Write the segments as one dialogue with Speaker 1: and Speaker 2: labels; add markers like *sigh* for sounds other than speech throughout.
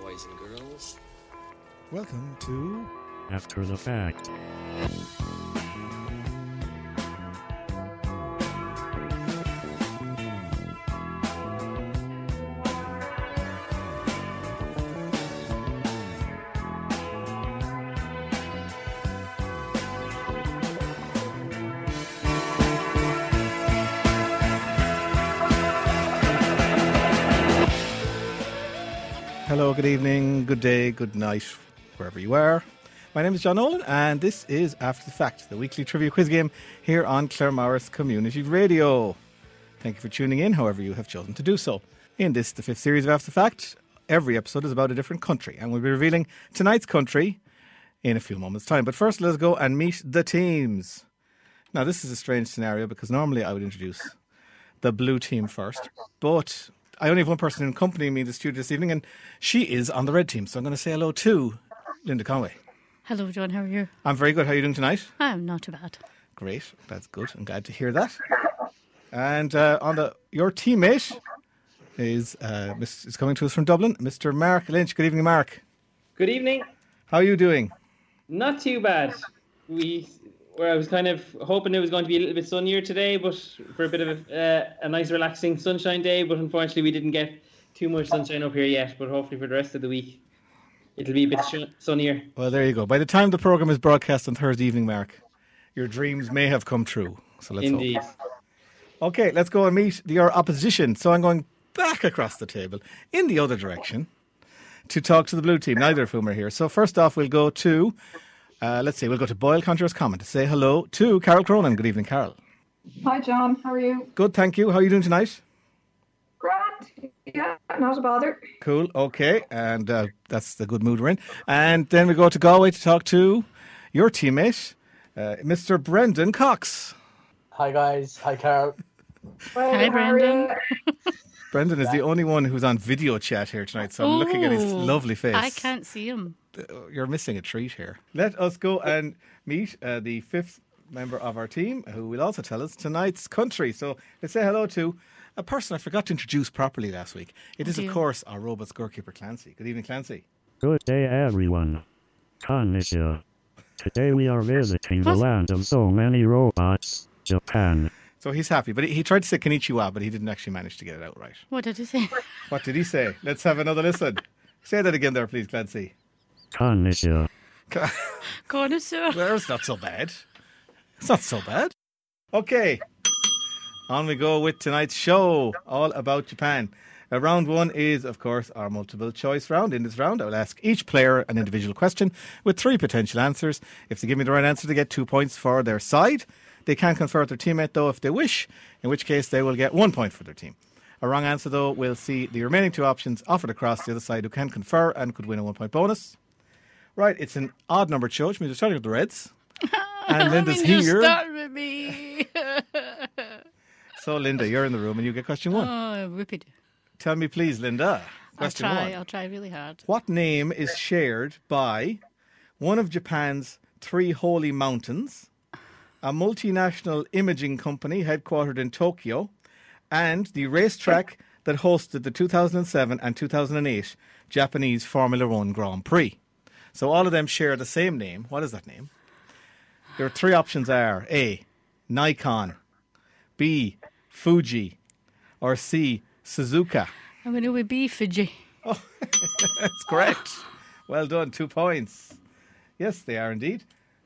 Speaker 1: boys and girls.
Speaker 2: Welcome to
Speaker 3: After the fact.
Speaker 2: Hello, good evening, good day, good night, wherever you are. My name is John Nolan, and this is After the Fact, the weekly trivia quiz game here on Claremorris Community Radio. Thank you for tuning in, however, you have chosen to do so. In this, the fifth series of After the Fact, every episode is about a different country, and we'll be revealing tonight's country in a few moments' time. But first, let's go and meet the teams. Now, this is a strange scenario because normally I would introduce the blue team first. But I only have one person in company with me in the studio this evening, and she is on the red team. So I'm going to say hello to Linda Conway.
Speaker 4: Hello, John. How are you?
Speaker 2: I'm very good. How are you doing tonight?
Speaker 4: I'm not too bad.
Speaker 2: Great. That's good. I'm glad to hear that. And uh, on the your teammate is uh, Miss, is coming to us from Dublin, Mr. Mark Lynch. Good evening, Mark.
Speaker 5: Good evening.
Speaker 2: How are you doing?
Speaker 5: Not too bad. We where I was kind of hoping it was going to be a little bit sunnier today, but for a bit of a, uh, a nice relaxing sunshine day. But unfortunately, we didn't get too much sunshine up here yet. But hopefully, for the rest of the week, it'll be a bit sh- sunnier.
Speaker 2: Well, there you go. By the time the program is broadcast on Thursday evening, Mark, your dreams may have come true. So let's hope.
Speaker 5: Indeed.
Speaker 2: Okay, let's go and meet your opposition. So I'm going back across the table in the other direction to talk to the blue team, neither of whom are here. So first off, we'll go to, uh, let's see, we'll go to Boyle Conjurer's Comment to say hello to Carol Cronin. Good evening, Carol.
Speaker 6: Hi, John. How are you?
Speaker 2: Good, thank you. How are you doing tonight?
Speaker 6: Grand. Yeah, not a bother.
Speaker 2: Cool, okay. And uh, that's the good mood we're in. And then we go to Galway to talk to your teammate, uh, Mr. Brendan Cox.
Speaker 7: Hi guys. Hi Carol.
Speaker 6: Well,
Speaker 4: Hi,
Speaker 6: how are ya?
Speaker 4: Brendan.
Speaker 2: Brendan is the only one who's on video chat here tonight, so I'm looking at his
Speaker 4: Ooh,
Speaker 2: lovely face.
Speaker 4: I can't see him.
Speaker 2: uh, you're missing a treat here. Let us go and meet uh, the fifth member of our team, who will also tell us tonight's country. So let's say hello to a person I forgot to introduce properly last week. It is, of
Speaker 4: dear.
Speaker 2: course, our robot scorekeeper, Clancy. Good evening, Clancy.
Speaker 3: Good day, everyone. Konnichiwa. Today we are visiting the
Speaker 4: What?
Speaker 3: land of so many robots, Japan.
Speaker 2: So he's happy, but he, he tried to say Kanichiwa, but he didn't actually manage to get it out right.
Speaker 4: What did he say?
Speaker 2: What did he say? *laughs* Let's have another listen. Say that again there, please, *laughs* Clancy.
Speaker 3: Konnichiwa.
Speaker 4: *laughs* Connoisseur.
Speaker 2: Well, it's not so bad. It's not so bad. Okay. On we go with tonight's show, all about Japan. Uh, round one is, of course, our multiple choice round. In this round, I will ask each player an individual question with three potential answers. If they give me the right answer, they get two points for their side. They can confer with their teammate, though, if they wish, in which case they will get one point for their team. A wrong answer, though, will see the remaining two options offered across the other side who can confer and could win a one point bonus. Right, it's an odd number show, which means we're starting with the
Speaker 4: *laughs*
Speaker 2: Reds. And Linda's
Speaker 4: you
Speaker 2: here.
Speaker 4: start with me. *laughs*
Speaker 2: So, Linda, you're in the room and you get question one.
Speaker 4: oh, whoopee.
Speaker 2: Tell me, please, Linda.
Speaker 4: I'll
Speaker 2: Question
Speaker 4: try.
Speaker 2: one.
Speaker 4: I'll try really hard.
Speaker 2: What name is shared by one of Japan's three holy mountains, a multinational imaging company headquartered in Tokyo, and the racetrack that hosted the 2007 and 2008 Japanese Formula One Grand Prix? So, all of them share the same name. What is that name? Your three options are A, Nikon, B, Fuji, or C, Suzuka.
Speaker 4: I'm going to be Fiji.
Speaker 2: That's correct. Well done. Two points. Yes, they are indeed.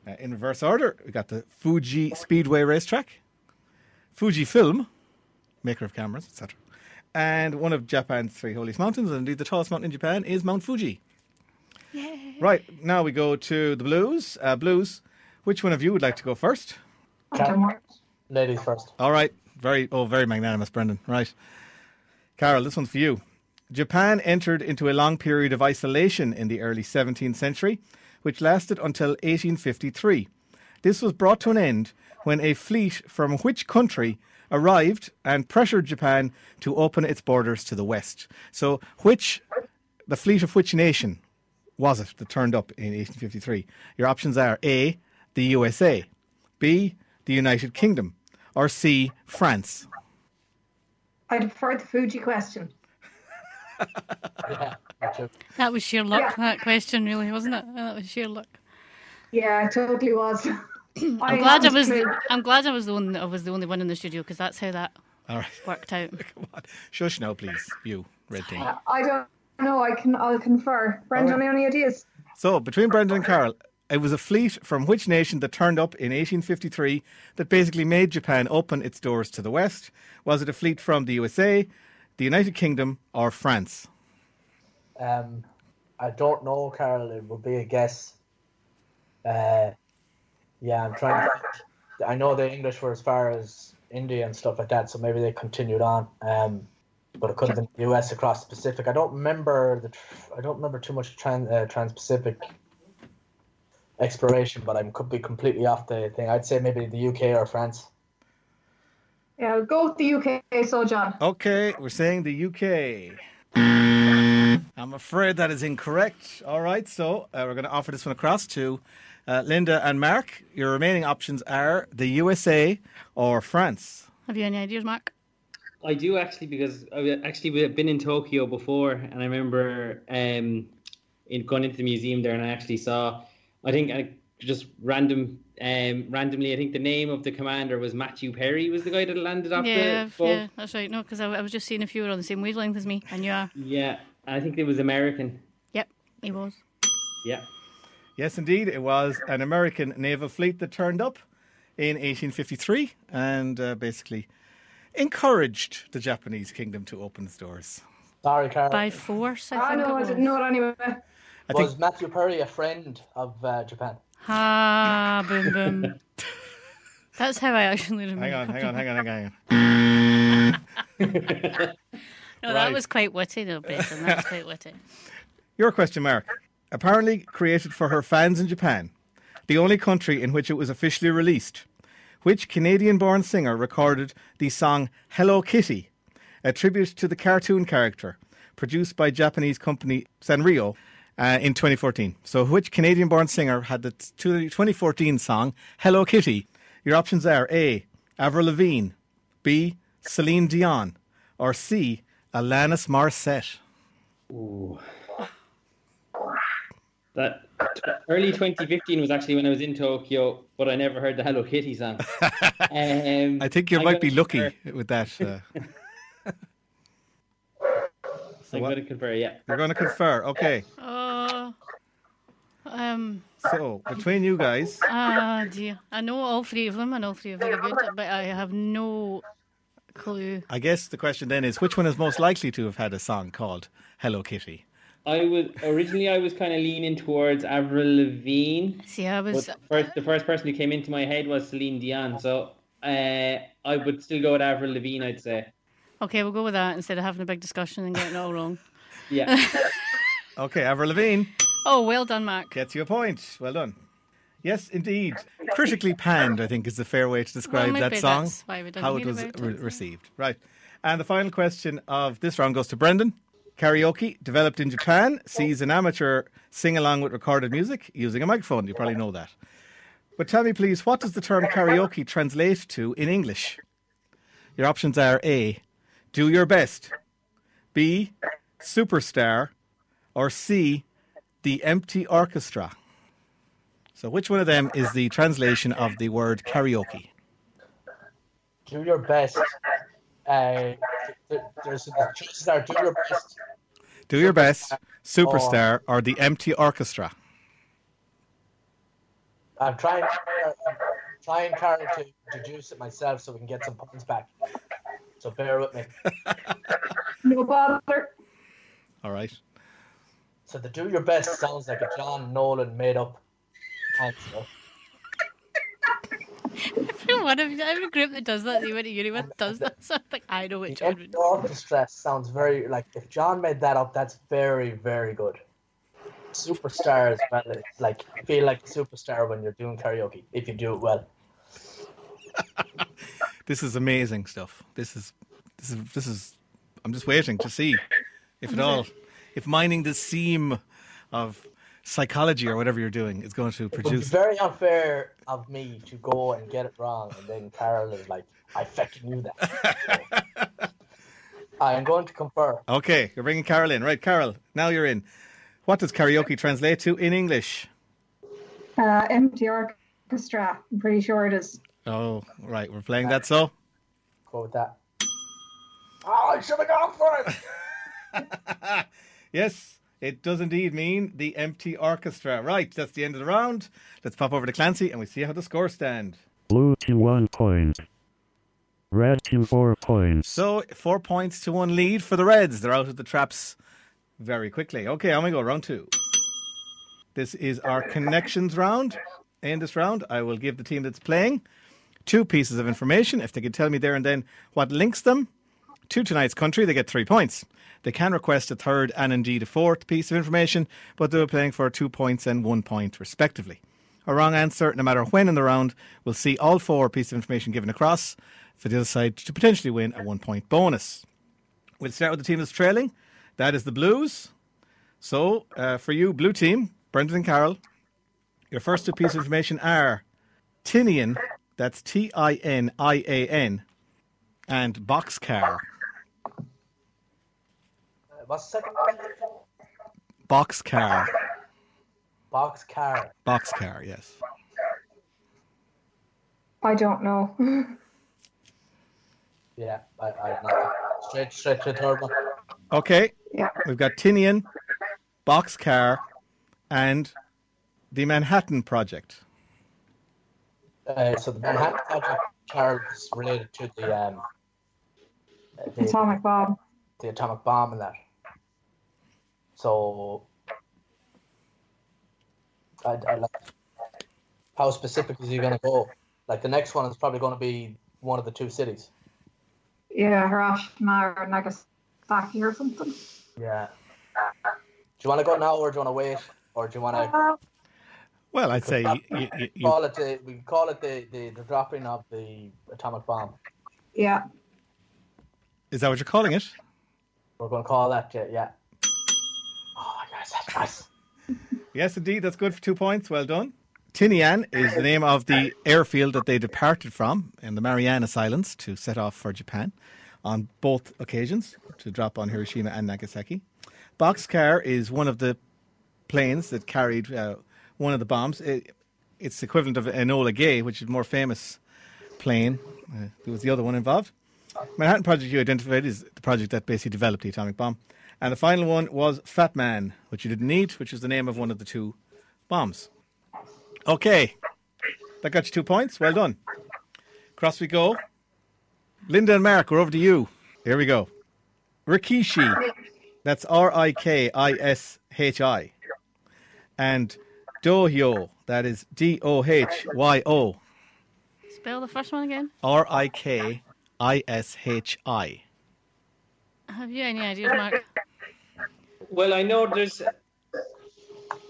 Speaker 2: Uh, in reverse order, we got the Fuji Speedway racetrack, Fuji Film, maker of cameras, etc. And one of Japan's three holiest mountains, and indeed the tallest mountain in Japan, is Mount Fuji. Right, now we go to the Blues. Uh, blues, which one of you would like to go first?
Speaker 6: *laughs* Don't worry.
Speaker 7: Ladies first.
Speaker 2: All right. Very oh, very magnanimous, Brendan. Right. Carol, this one's for you. Japan entered into a long period of isolation in the early 17th century, which lasted until 1853. This was brought to an end when a fleet from which country arrived and pressured Japan to open its borders to the west. So, which the fleet of which nation was it that turned up in 1853? Your options are A, the USA, B, the United Kingdom, or C, France.
Speaker 6: I defer the Fuji question.
Speaker 7: Yeah. chip.
Speaker 4: That was sheer luck, that question, really, wasn't it? That was sheer luck.
Speaker 6: Yeah, it
Speaker 4: *clears throat*
Speaker 6: totally was.
Speaker 4: I'm glad I was. The, I'm glad I was the one. I was the only one in the studio because that's how that
Speaker 2: All right. *laughs*
Speaker 4: worked out.
Speaker 2: Come on. Shush now, please. You, red thing.
Speaker 6: I don't know. I can. I'll confer. Brendan, any ideas?
Speaker 2: So, between Brendan and Carl, it was a fleet from which nation that turned up in 1853 that basically made Japan open its doors to the West? Was it a fleet from the USA, the United Kingdom, or France?
Speaker 7: Um, I don't know, Carol. It would be a guess. Uh, yeah, I'm trying. To, I know the English were as far as India and stuff like that, so maybe they continued on. Um, but it could have been the U.S. across the Pacific. I don't remember the. tr- I don't remember too much trans uh, trans-Pacific exploration, but I could be completely off the thing. I'd say maybe the U.K. or France.
Speaker 6: Yeah, we'll go with the UK. So, John.
Speaker 2: Okay, we're saying the UK. I'm afraid that is incorrect. All right, so uh, we're going to offer this one across to uh, Linda and Mark. Your remaining options are the USA or France.
Speaker 4: Have you any ideas, Mark?
Speaker 5: I do actually because I actually we've been in Tokyo before, and I remember um, in going into the museum there, and I actually saw, I think I just random, um, randomly, I think the name of the commander was Matthew Perry, was the guy that landed off
Speaker 4: yeah,
Speaker 5: the
Speaker 4: I've-
Speaker 5: boat.
Speaker 4: yeah, that's right. No, because I, I was just seeing if you were on the same wavelength as me, and you are.
Speaker 5: Yeah, I think it was American.
Speaker 4: Yep, he was.
Speaker 5: Yeah.
Speaker 2: Yes, indeed, it was an American naval fleet that turned up in 1853 and uh, basically encouraged the Japanese kingdom to open its doors.
Speaker 7: Sorry, Carol.
Speaker 4: By force, I
Speaker 6: I
Speaker 4: think.
Speaker 6: know.
Speaker 4: it
Speaker 6: I
Speaker 4: was.
Speaker 6: didn't know it anyway.
Speaker 2: I think
Speaker 7: Was Matthew Perry a friend of uh, Japan?
Speaker 4: Ah, boom, boom. *laughs* That's how I actually remember.
Speaker 2: hang on, hang on, hang on, hang on, hang on.
Speaker 4: No,
Speaker 2: Right.
Speaker 4: that was quite witty, though, Brendan. That was quite witty.
Speaker 2: Your question, Mark. Apparently created for her fans in Japan, the only country in which it was officially released, which Canadian born singer recorded the song Hello Kitty, a tribute to the cartoon character, produced by Japanese company Sanrio uh, in 2014. So, which Canadian born singer had the t- 2014 song Hello Kitty? Your options are A. Avril Lavigne, B. Celine Dion, or C. Alanis Morissette.
Speaker 5: Ooh. That early 2015 was actually when I was in Tokyo, but I never heard the Hello
Speaker 4: *laughs*
Speaker 5: Kitty song. Um,
Speaker 2: I think you
Speaker 5: I'm
Speaker 2: might be
Speaker 5: gonna
Speaker 2: lucky
Speaker 5: confer-
Speaker 2: with that. Uh, *laughs*
Speaker 5: I'm
Speaker 2: what-
Speaker 5: going to confer, yeah.
Speaker 2: we're going to confer. Okay.
Speaker 4: Oh, um,
Speaker 2: So, between you guys,
Speaker 4: ah, dear. I know all three of them, and all three of them are good, but I have no clue.
Speaker 2: I guess the question then is which one is most likely to have had a song called Hello Kitty?
Speaker 5: I was originally I was kind of leaning towards Avril Lavigne,
Speaker 4: See, I
Speaker 5: but
Speaker 4: was. *laughs*
Speaker 5: the first the first person who came into my head was Celine Dion, so uh, I would still go with Avril Lavigne. I'd say,
Speaker 4: Okay, we'll go with that instead of having a big discussion and getting it all wrong.
Speaker 5: yeah.
Speaker 2: Okay, Avril Lavigne
Speaker 4: Oh, well done, Mark.
Speaker 2: gets you a point. Well done. Yes, indeed. Critically panned, I think, is the fair way to describe
Speaker 4: Well,
Speaker 2: that
Speaker 4: maybe
Speaker 2: song,
Speaker 4: that's why we didn't
Speaker 2: how it
Speaker 4: hear
Speaker 2: was
Speaker 4: about
Speaker 2: re-
Speaker 4: it. *laughs*
Speaker 2: received. Right. And the final question of this round goes to Brendan. Karaoke, developed in Japan, sees an amateur sing along with recorded music using a microphone. You probably know that. But tell me, please, what does the term karaoke translate to in English? Your options are A, do your best, B, superstar, or C, the empty orchestra. So, which one of them is the translation of the word karaoke?
Speaker 7: do your best. Uh, th- there's the choices are do your best.
Speaker 2: Do your best, superstar, or the empty orchestra?
Speaker 7: I'm trying, I'm trying, Carol, to deduce it myself so we can get some points back. So bear with me.
Speaker 6: No bother.
Speaker 2: All right.
Speaker 7: So the do your best sounds like a John Nolan made up answer.
Speaker 4: Every one of you, every group that does that, that you went to uni with does that. So I'm like, I know which
Speaker 7: The
Speaker 4: one.
Speaker 2: *laughs*
Speaker 7: empty orchestra sounds very like if John made that up, that's very very good. Superstar as well. It's like you feel like a superstar when you're doing karaoke if you do it well.
Speaker 2: This is amazing stuff. This is, this is, this is. I'm just waiting to see if at all, if mining the seam of psychology or whatever you're doing is going to
Speaker 7: It would be
Speaker 2: produce.
Speaker 7: very unfair of me to go and get it wrong, and then Carol is like, "I fucking knew that." I am going to confer.
Speaker 2: Okay, you're bringing Carol in. Right, Carol, now you're in. What does karaoke translate to in English?
Speaker 6: Uh, empty orchestra. I'm pretty sure it is.
Speaker 2: Oh, right, we're playing that so.
Speaker 7: Go with that. Oh, I should have gone for it.
Speaker 2: *laughs* yes, it does indeed mean the empty orchestra. Right, that's the end of the round. Let's pop over to Clancy and we see how the scores stand.
Speaker 3: Blue team one point. Red team four points.
Speaker 2: So four points to one lead for the Reds. They're out of the traps very quickly. Okay, on we go. Round two. This is our connections round. In this round, I will give the team that's playing two pieces of information. If they can tell me there and then what links them to tonight's country, they get three points. They can request a third and indeed a fourth piece of information, but they were playing for two points and one point, respectively. A wrong answer, no matter when in the round, will see all four pieces of information given across for the other side to potentially win a one point bonus. We'll start with the team that's trailing. That is the Blues. So, uh, for you, Blue Team, Brendan and Carol, your first two pieces of information are Tinian, that's T I N I A N, and Boxcar.
Speaker 7: Uh, What's the second one?
Speaker 2: Boxcar.
Speaker 7: Box car.
Speaker 2: Boxcar, yes.
Speaker 6: I don't know. *laughs*
Speaker 7: Yeah, I, I not straight straight to the third one.
Speaker 2: Okay,
Speaker 6: yeah.
Speaker 2: we've got Tinian, Boxcar, and the Manhattan Project.
Speaker 7: Uh, so the Manhattan Project car is related to the um uh, the,
Speaker 6: Atomic Bob.
Speaker 7: the atomic bomb and that. So I, I like how specific is he gonna go? Like the next one is probably gonna be one of the two cities.
Speaker 6: Yeah, Hiroshima or Nagasaki or something.
Speaker 7: Yeah. Do you want to go now, or do you want to wait, or do you want to
Speaker 6: Uh,
Speaker 2: Well, I'd say you, you, you, you,
Speaker 7: call it the we can call it the, the the dropping of the atomic bomb?
Speaker 6: yeah.
Speaker 2: is that what you're calling it?
Speaker 7: We're going to call that yeah. yeah. Oh yes, that's nice.
Speaker 2: Yes, indeed. That's good for two points. Well done. Tinian is the name of the airfield that they departed from in the Mariana Islands to set off for Japan on both occasions to drop on Hiroshima and Nagasaki. Boxcar is one of the planes that carried uh, one of the bombs. It, it's the equivalent of Enola Gay, which is a more famous plane. Uh, there was the other one involved. Manhattan Project you identified is the project that basically developed the atomic bomb. And the final one was Fat Man, which you didn't need, which is the name of one of the two bombs. Okay. That got you two points. Well done. Cross we go. Linda and Mark, we're over to you. Here we go. Rikishi. That's R I K I S H I. And Dohyo. That is D O H Y O.
Speaker 4: Spell the first one again.
Speaker 2: R I K I S H I.
Speaker 4: Have you any ideas, Mark?
Speaker 5: Well, I know there's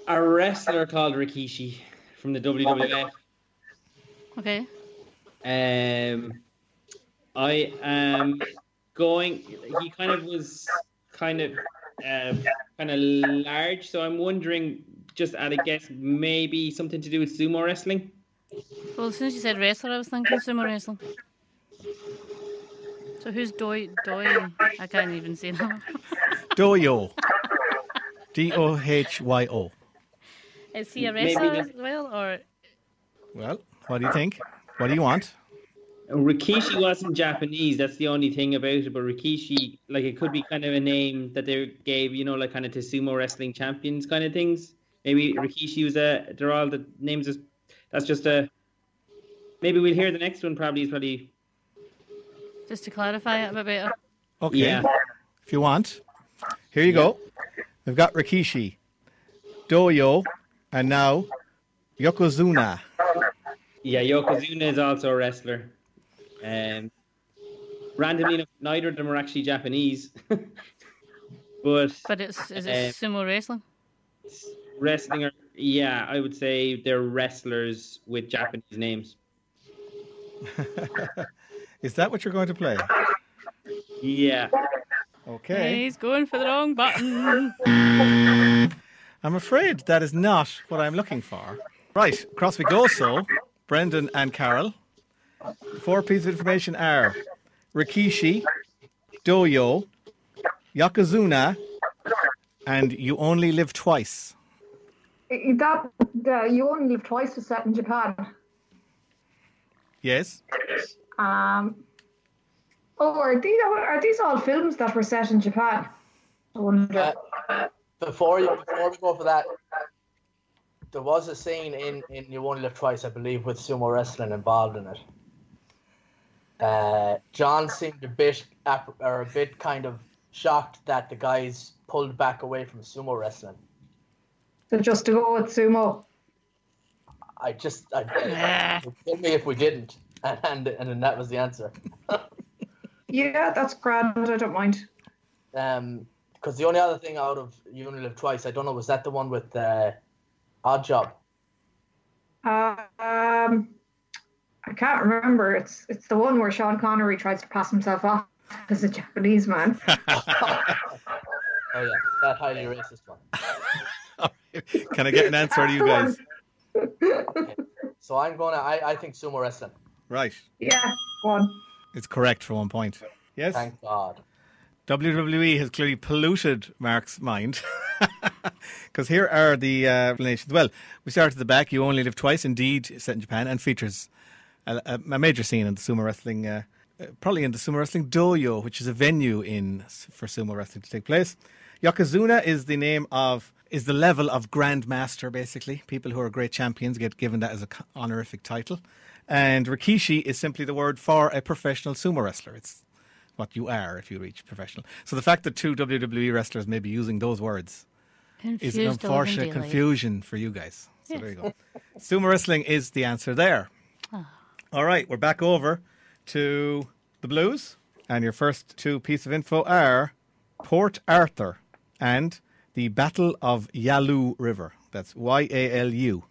Speaker 5: a wrestler called Rikishi from the WWF.
Speaker 4: Okay.
Speaker 5: Um, I am going. He kind of was kind of uh, kind of large, so I'm wondering, just at a guess, maybe something to do with sumo wrestling.
Speaker 4: Well, as soon as you said wrestler, I was thinking sumo wrestling. So who's Doi? Doi? I can't even say that.
Speaker 5: *laughs*
Speaker 2: Doyo. D O H Y O.
Speaker 4: Is he a
Speaker 5: Maybe
Speaker 4: wrestler
Speaker 5: that's-
Speaker 4: as well, or
Speaker 2: Well, what do you think? What do you want?
Speaker 5: Rikishi wasn't Japanese. That's the only thing about it. But Rikishi, like, it could be kind of a name that they gave, you know, like kind of to sumo wrestling champions kind of things. Maybe Rikishi was a. They're all the names. Is, that's just a. Maybe we'll hear the next one. Probably is probably
Speaker 4: just to clarify it a bit better?
Speaker 2: Okay.
Speaker 5: yeah.
Speaker 2: if you want. Here you go. We've got Rikishi, Doyo, and now Yokozuna.
Speaker 5: Yeah, Yokozuna is also a wrestler. Um, randomly enough, neither of them are actually Japanese, *laughs* but
Speaker 4: But it's is it
Speaker 5: Uh,
Speaker 4: sumo wrestling?
Speaker 5: wrestling. Are, yeah, I would say they're wrestlers with Japanese names.
Speaker 2: Is that what you're going to play?
Speaker 5: Yeah,
Speaker 2: Okay.
Speaker 4: He's going for the wrong button.
Speaker 2: I'm afraid that is not what I'm looking for. Right, across we go. So, Brendan and Carol. The Four pieces of information are Rikishi, Doyo, Yokozuna, and You Only Live Twice.
Speaker 6: I- That the, you only live twice was set in Japan.
Speaker 2: Yes? *laughs*
Speaker 6: Um, oh, are these are these all films that were set in Japan? I wonder.
Speaker 7: Uh, before you, before we go for that, there was a scene in in You Only Live Twice, I believe, with sumo wrestling involved in it. Uh, John seemed a bit app- or a bit kind of shocked that the guys pulled back away from sumo wrestling.
Speaker 6: so just to go with sumo.
Speaker 7: I just, I,
Speaker 4: Ah,
Speaker 7: it killed me if we didn't, *laughs* and and, and then that was the answer.
Speaker 6: Yeah, that's grand. I don't mind.
Speaker 7: Um, because the only other thing out of You Only Live Twice, I don't know, was that the one with uh, Odd Job?
Speaker 6: Uh, um, I can't remember. It's it's the one where Sean Connery tries to pass himself off as a Japanese man.
Speaker 7: Oh yeah, that highly racist one.
Speaker 2: Can I get an answer to you guys?
Speaker 7: So I'm gonna. I, I think sumo wrestling.
Speaker 2: Right.
Speaker 6: yeah, one.
Speaker 2: It's correct for one point. Yes?
Speaker 7: Thank God.
Speaker 2: WWE E has clearly polluted Mark's mind. *laughs* Because here are the uh, explanations. Well, we start at the back. You only live twice, indeed, set in Japan, and features a, a, a major scene in the sumo wrestling, uh, uh, probably in the sumo wrestling dojo, which is a venue in for sumo wrestling to take place. Yokozuna is the name of is the level of grandmaster, basically. People who are great champions get given that as an honorific title, and Rikishi is simply the word for a professional sumo wrestler. It's what you are if you reach professional. So the fact that two WWE wrestlers may be using those words is
Speaker 4: Confused
Speaker 2: an
Speaker 4: the living
Speaker 2: unfortunate
Speaker 4: daylight.
Speaker 2: confusion for you guys. So there you go. Sumo wrestling is the answer there.
Speaker 4: Ah.
Speaker 2: All right, we're back over to the blues. And your first two pieces of info are Port Arthur and the Battle of Yalu River. That's Y A L U.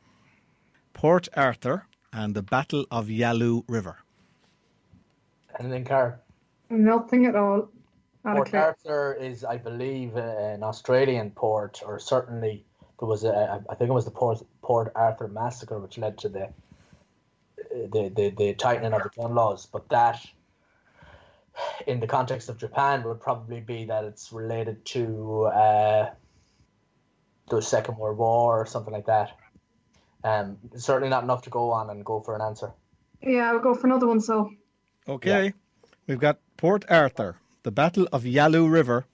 Speaker 2: Port Arthur and the Battle of Yalu River.
Speaker 7: And then Car.
Speaker 6: Nothing at all. Not a
Speaker 7: Port
Speaker 6: clue.
Speaker 7: Arthur is, I believe, uh, an Australian port, or certainly there was a. I think it was the Port Port Arthur massacre, which led to the the the, the tightening of the gun laws. But that, in the context of Japan, would probably be that it's related to uh, the Second World War or something like that. Um, certainly not enough to go on and go for an answer.
Speaker 6: Yeah, I'll go for another one. So
Speaker 2: Okay. We've got Port Arthur, the Battle of Yalu River,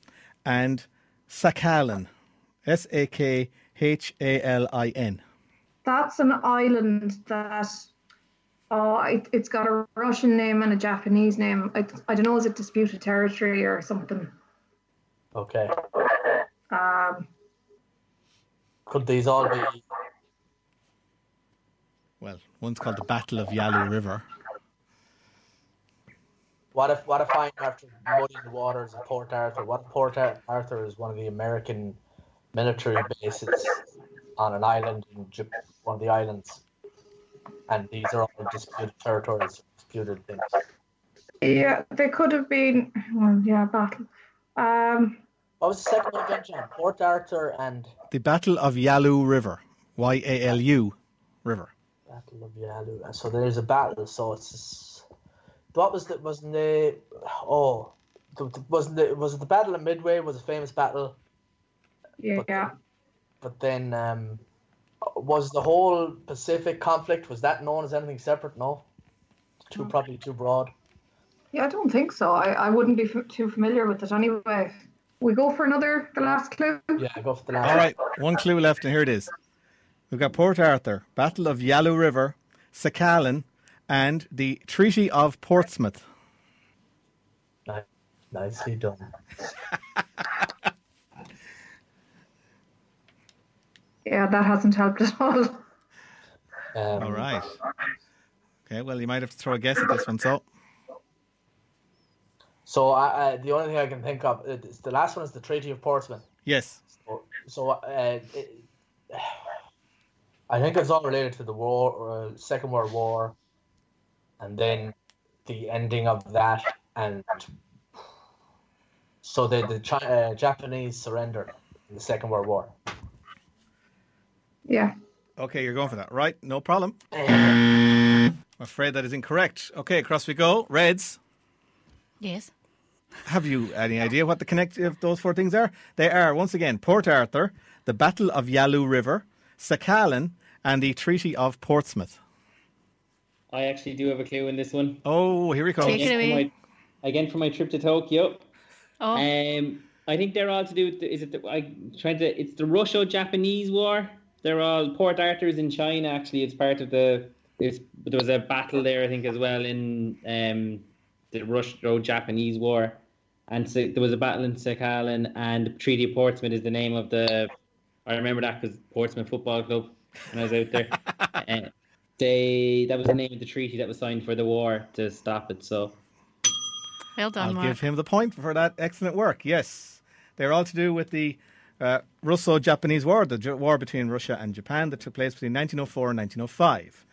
Speaker 2: and Sakhalin. S A K H A L I N.
Speaker 6: that's an island that. Oh, it, it's got a Russian name and a Japanese name. I, I don't know, is it disputed territory or something?
Speaker 7: Okay.
Speaker 6: Um,
Speaker 7: Could these all be
Speaker 2: Well, one's called the Battle of Yalu River.
Speaker 7: What if what if I'm after muddying the waters of Port Arthur? What if Port Ar- Arthur is one of the American military bases on an island in Jap- one of the islands, and these are all disputed territories, disputed things.
Speaker 6: yeah, they could have been. Well, yeah, battle. Um,
Speaker 7: What was the second one again, John? Port Arthur and
Speaker 2: The Battle of Yalu River. Y A L U River.
Speaker 7: Battle of Yalu. So there's a battle. So it's just, what was that? Wasn't the oh, th- th- wasn't it? Was it the Battle of Midway? Was a famous battle.
Speaker 6: yeah.
Speaker 7: but then um, was the whole Pacific conflict was that known as anything separate? No, too probably too broad.
Speaker 6: Yeah, I don't think so. I, I wouldn't be f- too familiar with it anyway. We go for another, the last clue.
Speaker 7: Yeah, I go for the last.
Speaker 2: All right, one clue left, and here it is. We've got Port Arthur, Battle of Yalu River, Sakhalin, and the Treaty of Portsmouth.
Speaker 7: Ni- Nicely done.
Speaker 6: Yeah, that hasn't helped at all. *laughs*
Speaker 7: Um,
Speaker 2: All right. Okay, well, you might have to throw a guess at this one, so.
Speaker 7: So I, I, the only thing I can think of is the last one is the Treaty of Portsmouth.
Speaker 2: Yes.
Speaker 7: So, so uh, it, I think it's all related to the war, uh, Second World War, and then the ending of that, and so the the Chi uh, Japanese surrendered in the Second
Speaker 6: *laughs*
Speaker 7: World War.
Speaker 6: Yeah.
Speaker 2: Okay, you're going for that. Right, no problem.
Speaker 7: Uh,
Speaker 2: I'm afraid that is incorrect. Okay, across we go. Reds.
Speaker 4: Yes.
Speaker 2: Have you any idea what the connect of those four things are? They are once again Port Arthur, the Battle of Yalu River, Sakhalin, and the Treaty of Portsmouth.
Speaker 5: I actually do have a clue in this one.
Speaker 2: Oh, here he comes.
Speaker 4: Take it
Speaker 5: Again,
Speaker 4: away.
Speaker 5: for my, again for my trip to Tokyo.
Speaker 4: Oh,
Speaker 5: Um, I think they're all to do with the, is it the, I tried to it's the Russo-Japanese War. They're all Port Arthur's in China. Actually, it's part of the it's, there was a battle there I think as well in um, the Russo-Japanese War, and so there was a battle in Sakhalin and the Treaty of Portsmouth is the name of the. I remember that because Portsmouth Football Club when I was out there. Uh, they that was the name of the treaty that was signed for the war to stop it. So
Speaker 4: well done,
Speaker 2: I'll
Speaker 4: Mark.
Speaker 2: give him the point for that excellent work. Yes, they're all to do with the uh, Russo-Japanese War, the ju- war between Russia and Japan that took place between 1904 and 1905.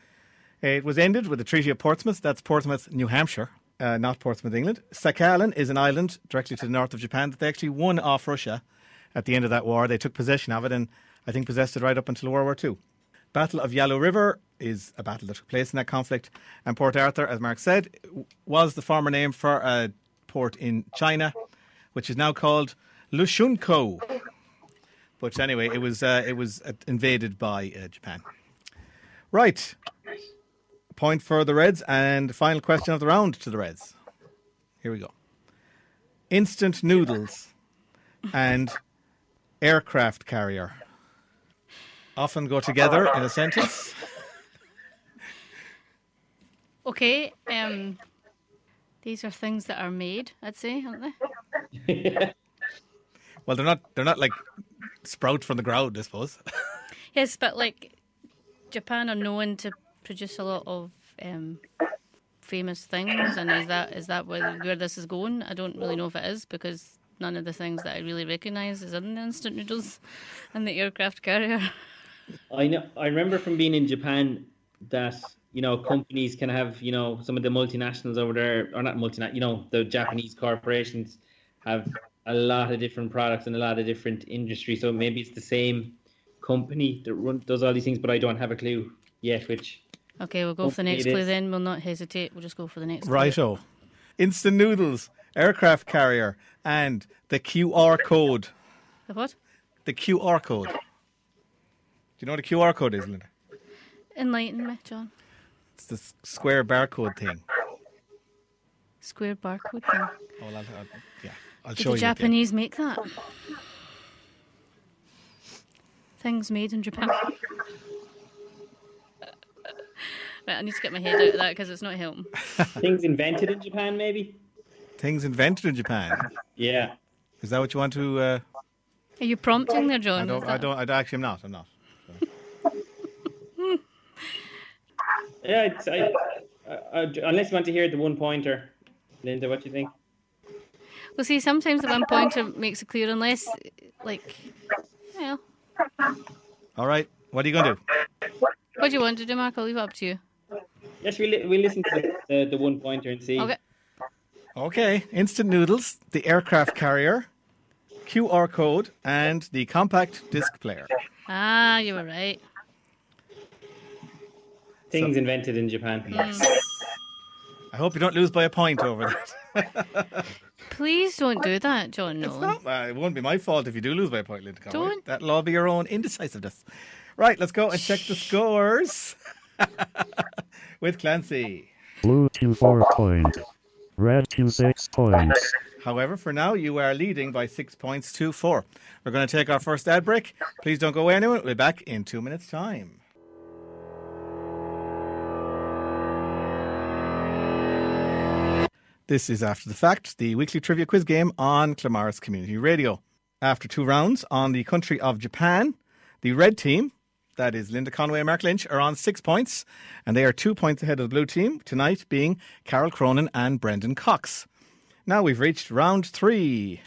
Speaker 2: It was ended with the Treaty of Portsmouth. That's Portsmouth, New Hampshire, uh, not Portsmouth, England. Sakhalin is an island directly to the north of Japan that they actually won off Russia at the end of that war. They took possession of it and I think possessed it right up until World War II. Battle of Yalu River is a battle that took place in that conflict. And Port Arthur, as Mark said, w- was the former name for a port in China, which is now called Lushunkou. But anyway, it was uh, it was uh, invaded by uh, Japan. Right. Point for the Reds and final question of the round to the Reds. Here we go. Instant noodles and aircraft carrier often go together in a sentence.
Speaker 4: Okay. Um, these are things that are made, I'd say, aren't they?
Speaker 2: Well, they're not they're not like sprout from the ground, I suppose. *laughs*
Speaker 4: Yes, but like Japan are known to produce a lot of um, famous things, and is that is that where, where this is going? I don't really know if it is because none of the things that I really recognise is in the instant noodles *laughs* and the aircraft carrier.
Speaker 5: I know. I remember from being in Japan that you know companies can have you know some of the multinationals over there, or not multinational, you know the Japanese corporations have a lot of different products and a lot of different industries. So maybe it's the same company that run, does all these things, but I don't have a clue yet. Which
Speaker 4: Okay, we'll go for the next
Speaker 5: It
Speaker 4: clue
Speaker 5: is.
Speaker 4: then. We'll not hesitate. We'll just go for the next. clue.
Speaker 2: Righto. Instant noodles, aircraft carrier, and the QR code.
Speaker 4: The What?
Speaker 2: The QR code. Do you know what a QR code is, Linda?
Speaker 4: Enlighten me, John.
Speaker 2: It's the s- square barcode thing.
Speaker 4: Square barcode thing.
Speaker 2: Oh, well, I'll, I'll, yeah, I'll
Speaker 4: Did
Speaker 2: show
Speaker 4: the
Speaker 2: you.
Speaker 4: Japanese make that? Things made in Japan. right, I need to get my head out of that because it's not helping.
Speaker 5: things invented in Japan, maybe?
Speaker 2: again. Things invented in Japan.
Speaker 5: Yeah.
Speaker 2: Is that what you want to? Uh,
Speaker 4: Are you prompting there,
Speaker 2: I
Speaker 4: John?
Speaker 2: don't.
Speaker 4: Is
Speaker 2: I
Speaker 4: that-
Speaker 2: don't. I don't- actually. I'm not. I'm not.
Speaker 5: Yeah. It's, I, I, I, unless you want to hear the one pointer, Linda, what do you think?
Speaker 4: Well, see, sometimes the one pointer makes it clear, unless, like, well,
Speaker 2: All right. What are you going to do?
Speaker 4: what do you want to do, Mark? I'll leave it up to you.
Speaker 5: Yes, we li- we listen to the, the, the one pointer and see.
Speaker 4: Okay.
Speaker 2: Okay. Instant noodles, the aircraft carrier, QR code, and the compact disc player.
Speaker 4: Ah, you were right.
Speaker 5: Things invented in Japan.
Speaker 2: I hope you don't lose by a point over that.
Speaker 4: Please don't do that, John
Speaker 2: *laughs* It's
Speaker 4: Nolan.
Speaker 2: not, uh, it won't be my fault if you do lose by a point, Linda. Conway.
Speaker 4: Don't.
Speaker 2: That'll all be your own indecisiveness. Right, let's go and check the scores *laughs* with Clancy.
Speaker 3: Blue team 4 points. Red team 6 points.
Speaker 2: However, for now, you are leading by six points to four. We're going to take our first ad break. Please don't go away, anyone. We'll be back in two minutes' time. This is After the Fact, the weekly trivia quiz game on Clamaris Community Radio. After two rounds on the country of Japan, the red team, that is Linda Conway and Mark Lynch, are on six points, and they are two points ahead of the blue team, tonight being Carol Cronin and Brendan Cox. Now we've reached round three.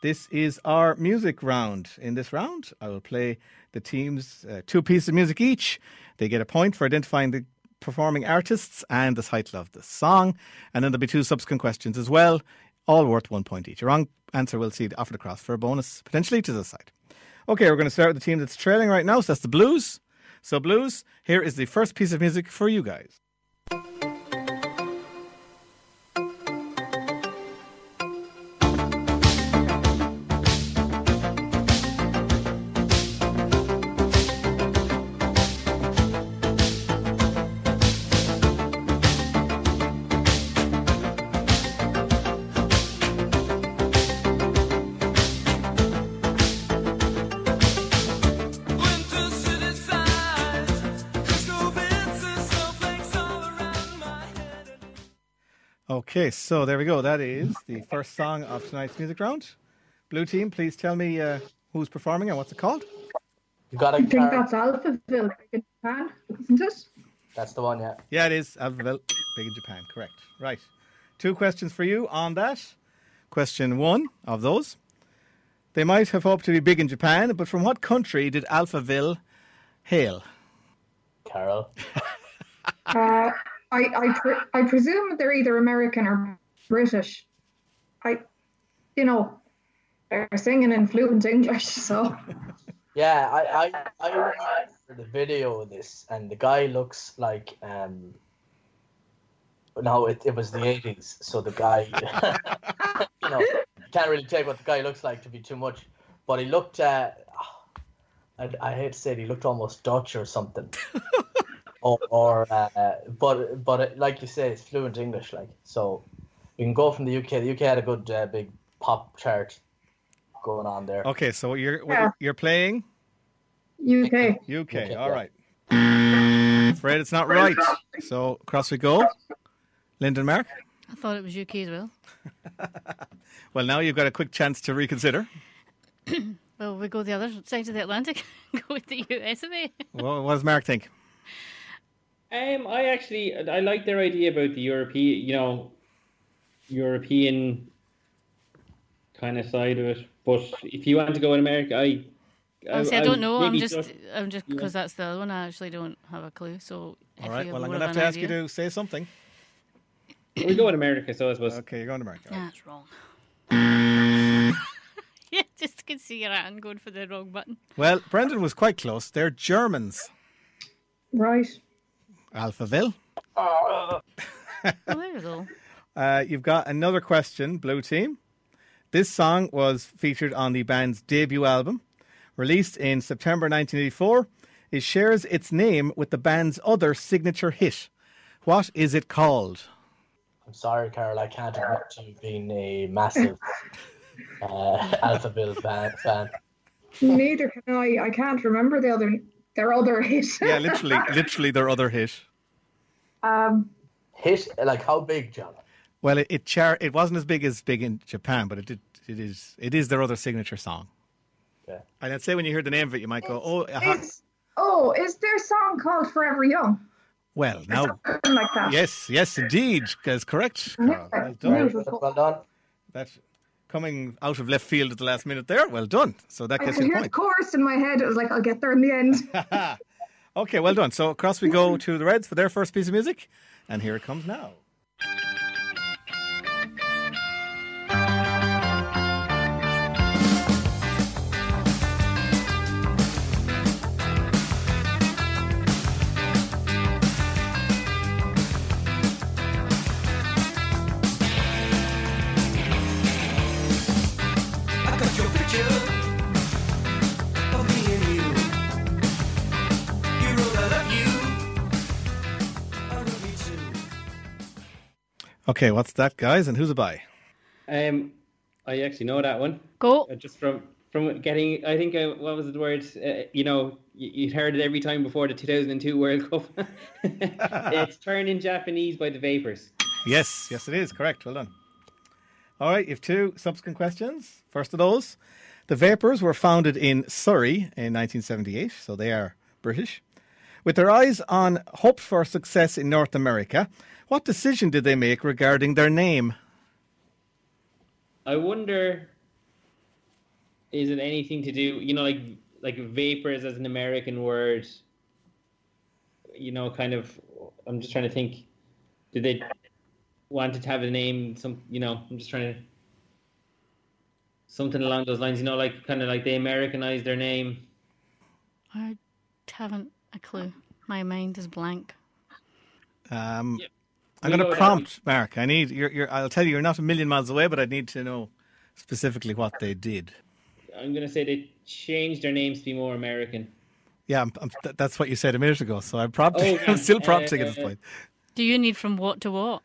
Speaker 2: This is our music round. In this round, I will play the teams uh, two pieces of music each. They get a point for identifying the performing artists and the title of the song. And then there'll be two subsequent questions as well, all worth one point each. A wrong answer will see it offered across for a bonus, potentially to the side. Okay, we're going to start with the team that's trailing right now. So that's the Blues. So, Blues, here is the first piece of music for you guys. Okay, so there we go. That is the first song of tonight's music round. Blue team, please tell me uh, who's performing and what's it called.
Speaker 7: You got
Speaker 6: I
Speaker 7: it,
Speaker 6: think
Speaker 7: Karen.
Speaker 6: that's Alphaville in Japan, isn't it?
Speaker 7: That's the one, yeah.
Speaker 2: Yeah, it is Alphaville, big in Japan. Correct. Right. Two questions for you on that. Question one of those. They might have hoped to be big in Japan, but from what country did Alphaville hail?
Speaker 7: Carol.
Speaker 6: Uh, I I, pre- I presume they're either American or British. I, you know, they're singing in fluent English, so
Speaker 7: Yeah, I, I, I remember the video of this, and the guy looks like um. No, it, it was the eighties, so the guy, *laughs* you know, can't really take what the guy looks like to be too much, but he looked. Uh, I, I hate to say it, he looked almost Dutch or something, or, or uh, but but it, like you say, it's fluent English, like so. You can go from the UK. The UK had a good uh, big pop chart going on there.
Speaker 2: Okay, so you're what
Speaker 6: Yeah.
Speaker 2: you're- you're playing
Speaker 6: UK.
Speaker 2: UK.
Speaker 7: Okay,
Speaker 2: All
Speaker 7: yeah.
Speaker 2: right. Afraid it's not right. So across we go. Lyndon Mark.
Speaker 4: I thought it was UK as well.
Speaker 2: Well, now you've got a quick chance to reconsider.
Speaker 4: Well, we go the other side of the Atlantic, *laughs* go with the US of A.
Speaker 2: Well, what does Mark think?
Speaker 5: Um, I actually I like their idea about the European, you know, European kind of side of it. But if you want to go in America, I
Speaker 4: Obviously, I, don't know. I'm
Speaker 5: maybe
Speaker 4: just,
Speaker 5: Dutch-
Speaker 4: I'm just
Speaker 5: Yeah.
Speaker 4: because that's the other one. I actually don't have a clue. So,
Speaker 2: All right. Well, I'm going to have to ask you to say something.
Speaker 5: we go in America, so I suppose.
Speaker 2: Okay, you're going to Mark. All right.
Speaker 4: That's wrong. *laughs* yeah, just can see your hand going for the wrong button.
Speaker 2: Well, Brendan was quite close. They're Germans.
Speaker 6: Right.
Speaker 2: Alphaville.
Speaker 4: *laughs* Well, there we go.
Speaker 2: Uh, you've got another question, Blue Team. This song was featured on the band's debut album, released in September 1984. It shares its name with the band's other signature hit. What is it called?
Speaker 7: I'm sorry, Carol. I can't admit to you being a massive uh, Alpha Bill fan. fan.
Speaker 6: Neither can I. I can't remember the other their other hit.
Speaker 2: Yeah, literally, literally their other hit.
Speaker 6: *laughs* um,
Speaker 7: Hit like how big, John?
Speaker 2: Well, it it, char- it wasn't as big as big in Japan, but it did, it is it is their other signature song.
Speaker 7: Yeah.
Speaker 2: And I'd say when you hear the name of it, you might go, "Oh, aha.
Speaker 6: is, oh, is their song called Forever Young?
Speaker 2: well, now."
Speaker 6: Something like that.
Speaker 2: Yes, yes, indeed. That's correct. Carl. Well done.
Speaker 7: Right, that's well done.
Speaker 2: That coming out of left field at the last minute there. Well done. So that
Speaker 6: I
Speaker 2: gets
Speaker 6: could
Speaker 2: you
Speaker 6: hear
Speaker 2: a
Speaker 6: the chorus in my head. It was like, I'll get there in the end.
Speaker 2: point. *laughs* okay, well done. So across we go to the Reds for their first piece of music, and here it comes now.
Speaker 1: I got your picture of me and you. You wrote I love you. I love you too.
Speaker 2: Okay, what's that, guys? And who's a buy?
Speaker 5: Um, I actually know that one.
Speaker 4: Go.
Speaker 5: Uh, just from from getting i think uh, what was the word uh, you know you, you'd heard it every time before the 2002 world cup *laughs* it's turned in japanese by the vapors
Speaker 2: Yes, yes, it is correct. Well done. All right, you have two subsequent questions. First of those, the Vapors were founded in Surrey in 1978, so they are British. With their eyes on hope for success in North America, what decision did they make regarding their name?
Speaker 5: i wonder is it anything to do you know like like vapors as an american word you know kind of i'm just trying to think did they want to have a name some you know i'm just trying to something along those lines you know like kind of like they americanized their name
Speaker 4: I haven't a clue. My mind is blank.
Speaker 2: Um,
Speaker 5: Yep.
Speaker 2: I'm
Speaker 5: We
Speaker 2: going
Speaker 5: know
Speaker 2: to
Speaker 5: that
Speaker 2: prompt Mark. I need. You're, you're, I'll tell you, you're not a million miles away, but I need to know specifically what they did.
Speaker 5: I'm gonna say they changed their names to be more American.
Speaker 2: Yeah, I'm, I'm, th- that's what you said a minute ago. So I'm prompting.
Speaker 5: Oh, yeah.
Speaker 2: *laughs* I'm still prompting at this
Speaker 5: Uh,
Speaker 2: point.
Speaker 4: Do you need from what to what?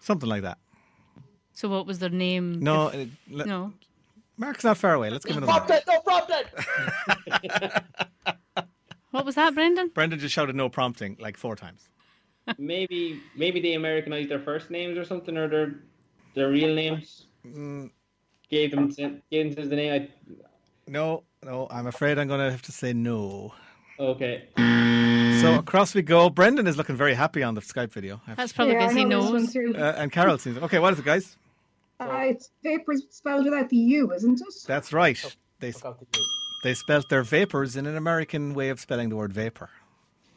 Speaker 2: Something like that.
Speaker 4: So, what was their name?
Speaker 2: No,
Speaker 4: If-
Speaker 2: uh, le-
Speaker 4: no.
Speaker 2: Mark's not far away. Let's give another.
Speaker 7: Prompt
Speaker 2: Mark.
Speaker 7: it, no prompt
Speaker 2: *laughs*
Speaker 7: it.
Speaker 4: What was that, Brendan?
Speaker 2: Brendan just shouted no prompting like four times.
Speaker 5: maybe maybe they Americanized their first names or something, or their their real names.
Speaker 2: Mm,
Speaker 5: Gave them gave them the name.
Speaker 2: no, no, I'm afraid I'm going to have to say no.
Speaker 5: I, okay.
Speaker 2: So across we go. Brendan is looking very happy on the Skype video. I have to
Speaker 4: That's probably
Speaker 6: yeah,
Speaker 4: because
Speaker 6: I
Speaker 4: he
Speaker 6: know this one
Speaker 4: knows.
Speaker 6: too.
Speaker 2: Uh, and Carol seems okay. What is it, guys?
Speaker 6: Uh, it's papers spelled without the U, isn't it?
Speaker 2: That's right. They
Speaker 7: Look out the U.
Speaker 2: they spelt their vapors in an American way of spelling the word vapor.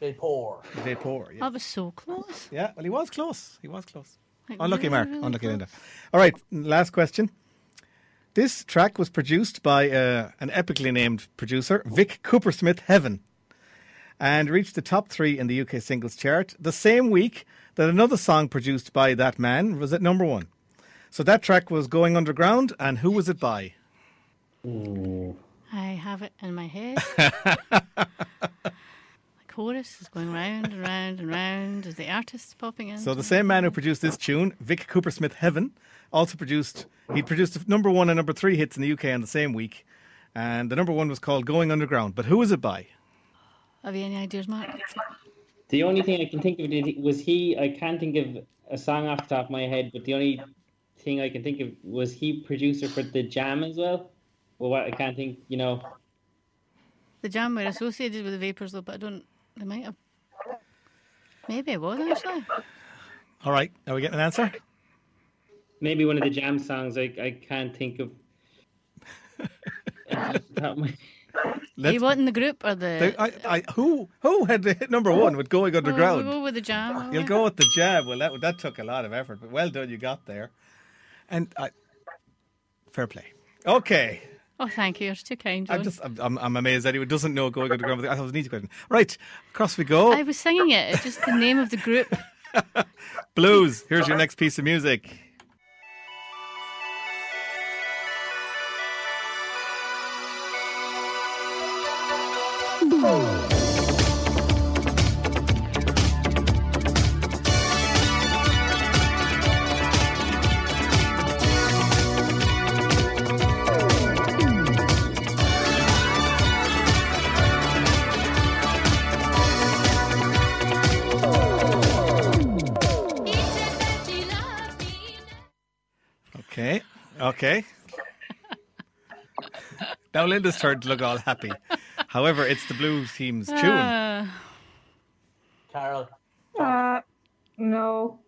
Speaker 7: They pour.
Speaker 2: Vapor.
Speaker 4: I
Speaker 2: Yeah.
Speaker 4: was so close.
Speaker 2: yeah. Well, he was close. He was close.
Speaker 4: Like,
Speaker 2: Unlucky,
Speaker 4: really,
Speaker 2: Mark.
Speaker 4: *laughs* really
Speaker 2: Unlucky,
Speaker 4: close.
Speaker 2: Linda. All right. Last question. This track was produced by uh, an epically named producer, Vic Coopersmith Heaven, and reached the top three in the UK singles chart the same week that another song produced by that man was at number one. So that track was Going Underground, and who was it by?
Speaker 4: I have it in my
Speaker 2: *laughs*
Speaker 4: head. the chorus is going round and round and round as the artist's popping in.
Speaker 2: So the same man who produced this tune, Vic Coopersmith Heaven, also produced. He produced number one and number three hits in the UK on the same week, and the number one was called "Going Underground." But who was it by?
Speaker 4: Have you any ideas, Mark?
Speaker 5: The only thing I can think of did- was he. I can't think of a song off the top of my head, but the only thing I can think of was he producer for the Jam as well. Well, what I can't think, you know.
Speaker 4: The jam were associated with the vapors, though, but I don't. They might have. Maybe it was actually.
Speaker 2: All right, are we getting an answer?
Speaker 5: maybe one of the jam songs. I I can't think of. that might-
Speaker 4: he
Speaker 2: Let's,
Speaker 4: wasn't the group or the.
Speaker 2: I, I, who who had the hit number one with "Going
Speaker 4: We'll-
Speaker 2: Underground"?
Speaker 4: We'll go with the jam.
Speaker 2: You'll go with the jab. Well, that that took a lot of effort, but well done, you got there. And I, fair play. Okay,
Speaker 4: Oh, thank you. You're too kind.
Speaker 2: I'm
Speaker 4: John.
Speaker 2: just I'm, I'm, I'm amazed anyone doesn't know "Going Underground." I thought it was an easy question. Right, across we go.
Speaker 4: I was singing it. It's just the name of the group.
Speaker 2: *laughs* Blues. Here's your next piece of music.
Speaker 1: He said that he loved me.
Speaker 2: Okay. Okay. now Linda's turned to look all happy. However, it's the blue team's tune.
Speaker 4: Uh,
Speaker 7: Carol,
Speaker 6: Uh, no.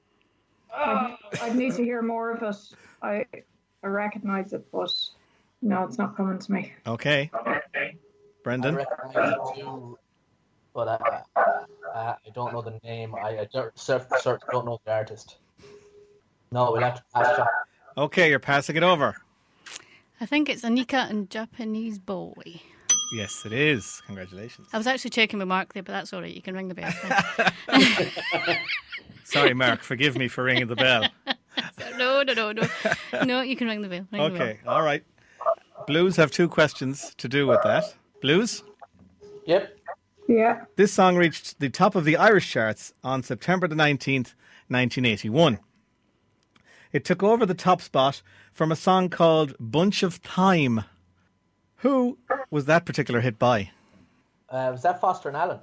Speaker 6: I'd, I'd need to hear more of it. I I recognise it, but no, it's not coming to me.
Speaker 2: Okay.
Speaker 7: I
Speaker 2: Brendan.
Speaker 7: recognize it too, but I, I, I don't know the name. I, I don't, cer- cer- don't know the artist. No, we'll have to pass John.
Speaker 2: Okay, you're passing it over.
Speaker 4: I think it's Anika and Japanese Boy.
Speaker 2: Yes, it is. Congratulations.
Speaker 4: I was actually checking with Mark there, but that's all right. You can ring the bell.
Speaker 2: Sorry, Mark. Forgive me for ringing the bell.
Speaker 4: no, no, no, no. No, you can ring the bell. Ring The bell.
Speaker 2: Okay. All right. Blues have two questions to do with that. Blues.
Speaker 7: Yep.
Speaker 6: Yeah.
Speaker 2: This song reached the top of the Irish charts on September the 19th, 1981. It took over the top spot from a song called Bunch of Time. Who was that particular hit by?
Speaker 7: Uh, was that Foster and Allen?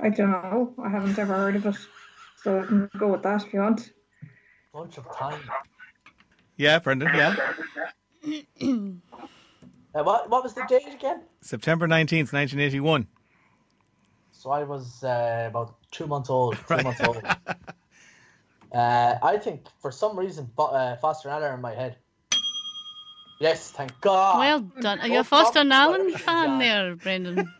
Speaker 6: I don't know. I haven't ever heard of it. So I can go with that if you want.
Speaker 7: Bunch of time.
Speaker 2: Yeah, Brendan, yeah.
Speaker 7: Uh, what, what was the date again?
Speaker 2: September 19th, 1981.
Speaker 7: So I was uh, about two months old. Two months old. Uh, I think for some reason Bo- uh, Foster and Allen are in my head. Yes, thank God.
Speaker 4: Well done. Are you a Foster and Allen fan there, Brendan?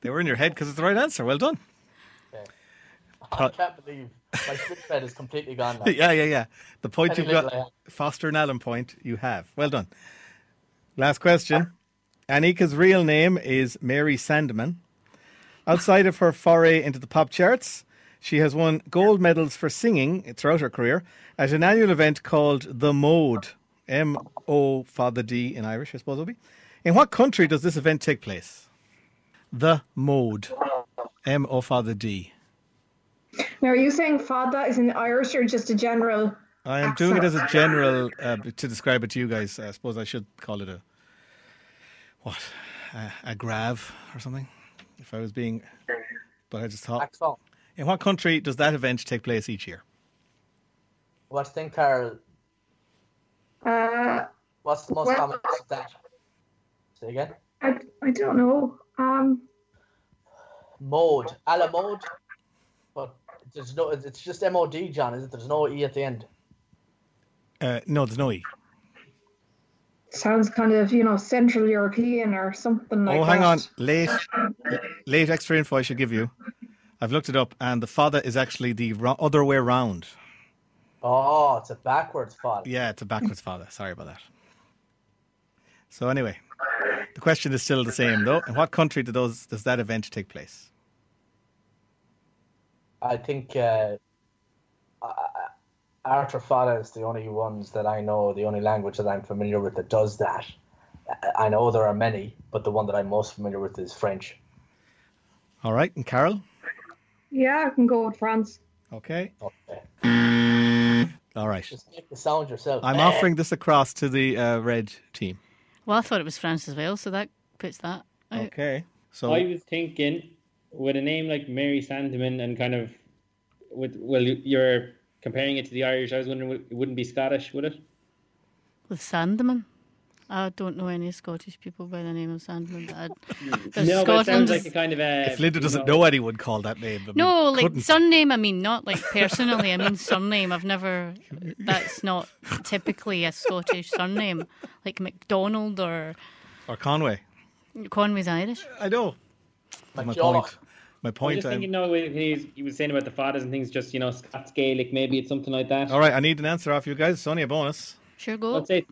Speaker 2: They were in your head because it's the right answer. Well done.
Speaker 7: I can't believe my sleep bed is completely gone
Speaker 2: *laughs*
Speaker 7: now.
Speaker 2: Yeah, yeah, yeah. The point
Speaker 7: Penny
Speaker 2: you've got,
Speaker 7: Little,
Speaker 2: Foster and Allen point, you have. Well done. Last question. Anika's real name is Mary Sandman. Outside of her foray into the pop charts, she has won gold medals for singing throughout her career at an annual event called The Mode. M O Father D in Irish, I suppose it'll be. In what country does this event take place? The Mode. M O Father D.
Speaker 6: Now, are you saying fada is in Irish or just a general?
Speaker 2: I am doing it as a general uh, to describe it to you guys. I suppose I should call it a what a, a grav or something. If I was being, but I just thought
Speaker 7: Axel.
Speaker 2: In what country does that event take place each year?
Speaker 7: What thing, Carol?
Speaker 6: Uh,
Speaker 7: What's the most
Speaker 6: Well-
Speaker 7: common use of that? Say again.
Speaker 6: I, I don't know. Um,
Speaker 7: Mode. A la mode. But there's no. It's just M O D, John. Is it? There's no e at the end.
Speaker 2: Uh, no, there's no E.
Speaker 6: sounds kind of you know Central European or something like
Speaker 2: oh,
Speaker 6: that.
Speaker 2: hang on. Late, late extra info I should give you. I've looked it up, and the father is actually the ro- other way round.
Speaker 7: Oh, it's a backwards font.
Speaker 2: Yeah, it's a backwards father. Sorry about that. So anyway, the question is still the same though. In what country do those does that event take place?
Speaker 7: I think uh, I- Arthur Fada is the only ones that I know, the only language that I'm familiar with that does that. I- I know there are many, but the one that I'm most familiar with is French.
Speaker 2: All right, and Carol.
Speaker 6: Yeah, I can go with France.
Speaker 2: Okay.
Speaker 7: Okay.
Speaker 2: All right.
Speaker 7: Just make the sound yourself. Eh,
Speaker 2: I'm offering this across to the uh, red team.
Speaker 4: Well, I thought it was France as well, so that puts that. out.
Speaker 2: Okay.
Speaker 5: I
Speaker 2: *laughs* So
Speaker 5: was thinking with a name like Mary Sandeman and kind of with well, you- you're comparing it to the Irish. I was wondering, would- it wouldn't be Scottish, would it?
Speaker 4: With Sandeman. I don't know any Scottish people by the name of Sandeman. I, there's
Speaker 5: no, but it sounds
Speaker 4: Scotland
Speaker 5: like a
Speaker 4: is-
Speaker 5: kind of a.
Speaker 2: if Linda
Speaker 5: you
Speaker 2: doesn't know anyone called that name, I mean,
Speaker 4: no, like
Speaker 2: couldn't.
Speaker 4: surname. I mean, not like personally. I mean surname. I've never. That's not typically a Scottish surname, like McDonald or
Speaker 2: or Conway.
Speaker 4: Conway's Irish.
Speaker 2: I know. That's my
Speaker 7: Jock.
Speaker 2: point. My
Speaker 5: I was
Speaker 2: point. um,
Speaker 5: just
Speaker 2: I'm-
Speaker 5: thinking, no, he he was saying about the fathers and things, just you know, Scots Gaelic, maybe it's something like that.
Speaker 2: All right, I need an answer off you guys. It's only a bonus.
Speaker 4: Sure, go
Speaker 5: Let's say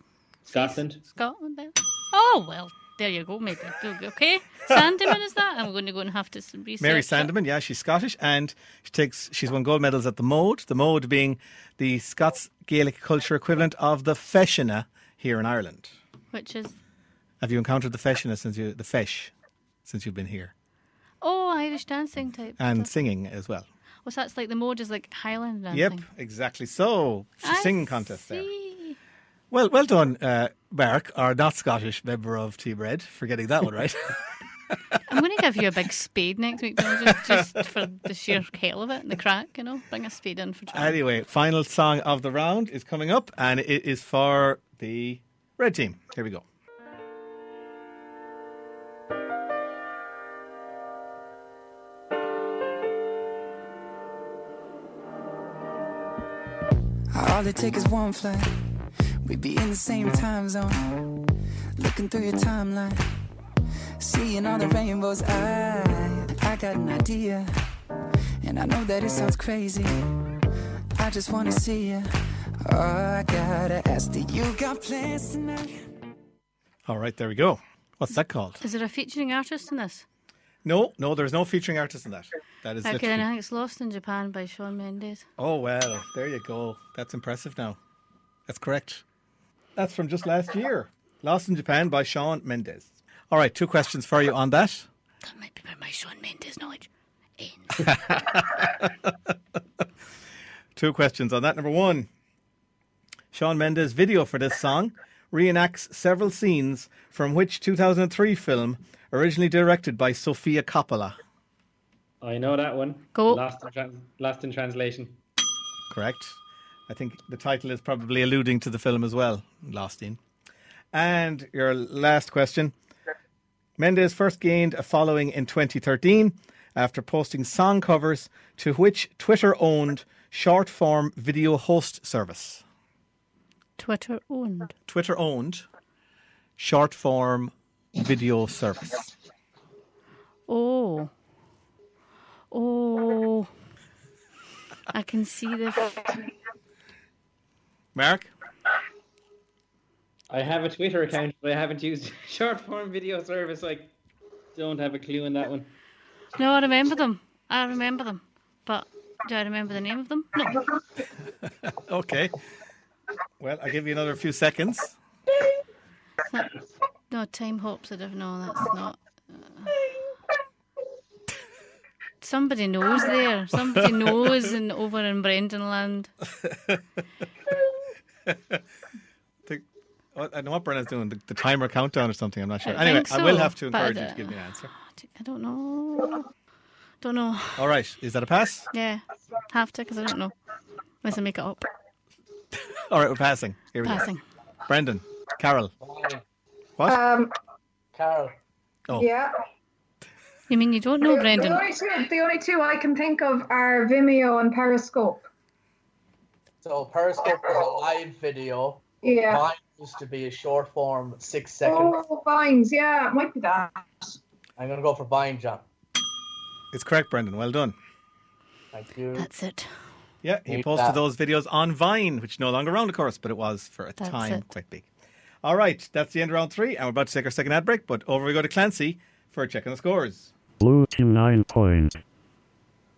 Speaker 5: Scotland.
Speaker 4: Scotland then. Oh well, there you go. Maybe okay. Sandeman is that? I'm going to go and have to s- research.
Speaker 2: Mary
Speaker 4: it.
Speaker 2: Sandeman, yeah, she's Scottish and she takes she's won gold medals at the Mode. The Mode being the Scots Gaelic culture equivalent of the Feshina here in Ireland.
Speaker 4: which is
Speaker 2: Have you encountered the Feshina since you the Fesh since you've been here
Speaker 4: oh Irish dancing type.
Speaker 2: and
Speaker 4: stuff.
Speaker 2: singing as well?
Speaker 4: Well, so that's like the mode is like Highland dancing.
Speaker 2: Yep, exactly. So she's
Speaker 4: I
Speaker 2: singing contest there.
Speaker 4: see.
Speaker 2: Well, well done, uh, Mark, our not Scottish member of Team Red, for getting that one
Speaker 4: *laughs*
Speaker 2: right.
Speaker 4: I'm going to give you a big spade next week, John, just, just for the sheer hell of it, the crack, you know. Bring a spade in for John.
Speaker 2: anyway, final song of the round is coming up, and it is for the Red Team. Here we go.
Speaker 1: All it takes is one flight. We'd be in the same time zone. Looking through your timeline, seeing all the rainbows. I, I got an idea, and I know that it sounds crazy. I just wanna see you. Oh, I gotta ask, do you got plans tonight?
Speaker 2: All right, there we go. What's that called?
Speaker 4: Is there a featuring artist in this?
Speaker 2: No, no, there's no featuring artist in that. That is
Speaker 4: Okay, then I
Speaker 2: literally.
Speaker 4: think it's Lost in Japan by Sean Mendes.
Speaker 2: Oh well, there you go. That's impressive now. That's correct. That's from just last year. Lost in Japan by Sean Mendes. All right, two questions for you on that.
Speaker 4: That might be by my Sean Mendes knowledge. Ends.
Speaker 2: Two questions on that. Number one, Sean Mendes' video for this song reenacts several scenes from which 2003 film originally directed by Sofia Coppola.
Speaker 5: I know that one.
Speaker 4: Go.
Speaker 5: Lost in, trans- Lost in translation.
Speaker 2: Correct. I think the title is probably alluding to the film as well, Lost in. And your last question. Mendes first gained a following in 2013 after posting song covers to which Twitter owned short form video host service.
Speaker 4: Twitter owned.
Speaker 2: Twitter owned short form video service.
Speaker 4: Oh. Oh. I can see the. F-
Speaker 2: Mark?
Speaker 5: I have a Twitter account, but I haven't used *laughs* short form video service. I don't have a clue on that one.
Speaker 4: no, I remember them. I remember them. But do I remember the name of them? No.
Speaker 2: Okay. Well, I'll give you another few seconds.
Speaker 4: No, time hops. I don't know. That's not. uh, Somebody knows there. Somebody knows in over in Brendanland.
Speaker 2: Think- oh, I know what Brenna's doing, the, the timer countdown or something. I'm not sure.
Speaker 4: I
Speaker 2: anyway,
Speaker 4: think
Speaker 2: I will
Speaker 4: so,
Speaker 2: have to
Speaker 4: but uh, I
Speaker 2: encourage you to
Speaker 4: don't-
Speaker 2: give me an answer.
Speaker 4: I don't know. Don't know.
Speaker 2: All right, is that a pass?
Speaker 4: Yeah, have to because I don't know. Unless I make it up.
Speaker 2: All right, we're passing. Here we
Speaker 4: Passing.
Speaker 2: go. Brendan, Carol,
Speaker 7: Why?
Speaker 2: what?
Speaker 6: Um,
Speaker 7: Carol.
Speaker 2: Oh.
Speaker 6: Yeah.
Speaker 4: You mean you don't know,
Speaker 6: The-
Speaker 4: Brendan?
Speaker 6: The only, two, the only two I can think of are Vimeo and Periscope.
Speaker 7: So Periscope is a live video.
Speaker 6: Yeah.
Speaker 7: Mine used to be a short form, six second.
Speaker 6: Oh, Vines. Yeah, it might be that.
Speaker 7: I'm gonna go for buying job.
Speaker 2: It's correct, Brendan. Well done.
Speaker 7: Thank you.
Speaker 4: That's it.
Speaker 2: Yeah, he
Speaker 7: Need
Speaker 2: posted
Speaker 7: that.
Speaker 2: those videos on Vine, which is no longer around, of course, but it was for a
Speaker 4: That's
Speaker 2: time
Speaker 4: it.
Speaker 2: quite big. All right, that's the end of round three, and we're about to take our second ad break. But over we go to Clancy for checking the scores.
Speaker 3: Blue team 9 points.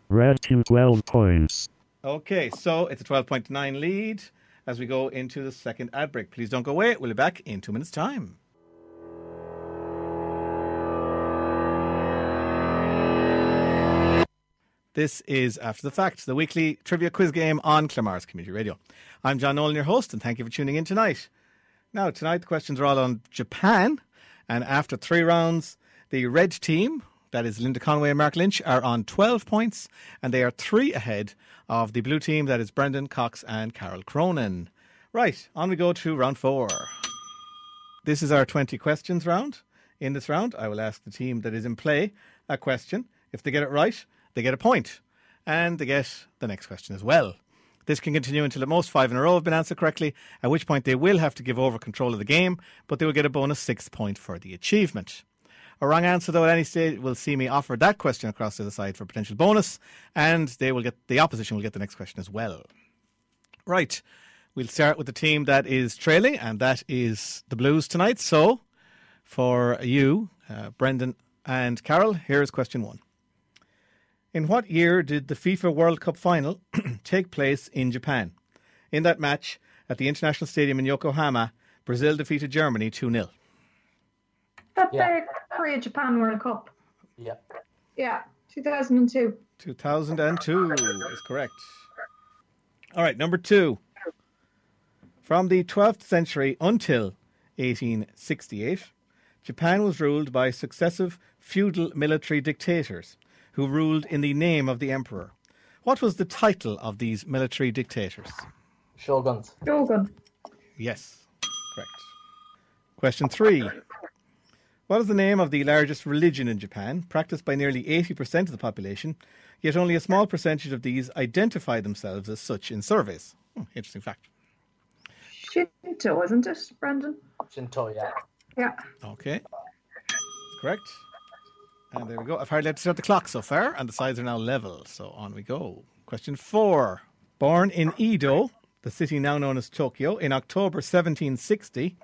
Speaker 3: Red team 12 points.
Speaker 2: Okay, so it's a 12.9 lead as we go into the second ad break. Please don't go away. We'll be back in two minutes' time. This is After the Fact, the weekly trivia quiz game on Clamars Community Radio. I'm John Nolan, your host, and thank you for tuning in tonight. Now, tonight the questions are all on Japan, and after three rounds, the red team, that is Linda Conway and Mark Lynch, are on 12 points, and they are three ahead of the blue team, that is Brendan Cox and Carol Cronin. Right, on we go to round four. This is our 20 questions round. In this round, I will ask the team that is in play a question. If they get it right, they get a point, and they get the next question as well. This can continue until at most five in a row have been answered correctly, at which point they will have to give over control of the game, but they will get a bonus sixth point for the achievement. A wrong answer, though, at any stage will see me offer that question across to the other side for potential bonus, and they will get the opposition will get the next question as well. Right, we'll start with the team that is trailing, and that is the Blues tonight. So, for you, uh, Brendan and Carol, here is question one. In what year did the FIFA World Cup final *clears throat* take place in Japan? In that match at the International Stadium in Yokohama, Brazil defeated Germany 2 0.
Speaker 6: That
Speaker 7: Yeah.
Speaker 6: yeah. Korea Japan World Cup.
Speaker 7: Yeah.
Speaker 6: Yeah, 2002.
Speaker 2: 2002 is correct. All right, number two. From the 12th century until 1868, Japan was ruled by successive feudal military dictators who ruled in the name of the emperor. What was the title of these military dictators?
Speaker 7: Shoguns.
Speaker 6: Shogun.
Speaker 2: Yes, correct. Question three. What is the name of the largest religion in Japan, practiced by nearly 80% of the population, yet only a small percentage of these identify themselves as such in surveys? Hmm, interesting fact.
Speaker 6: Shinto, isn't it, Brendan?
Speaker 7: Shinto, yeah.
Speaker 6: Yeah.
Speaker 2: Okay. Correct. And there we go. I've hardly had to start the clock so far, and the sides are now level. So on we go. Question four. Born in Edo, the city now known as Tokyo, in October 1760,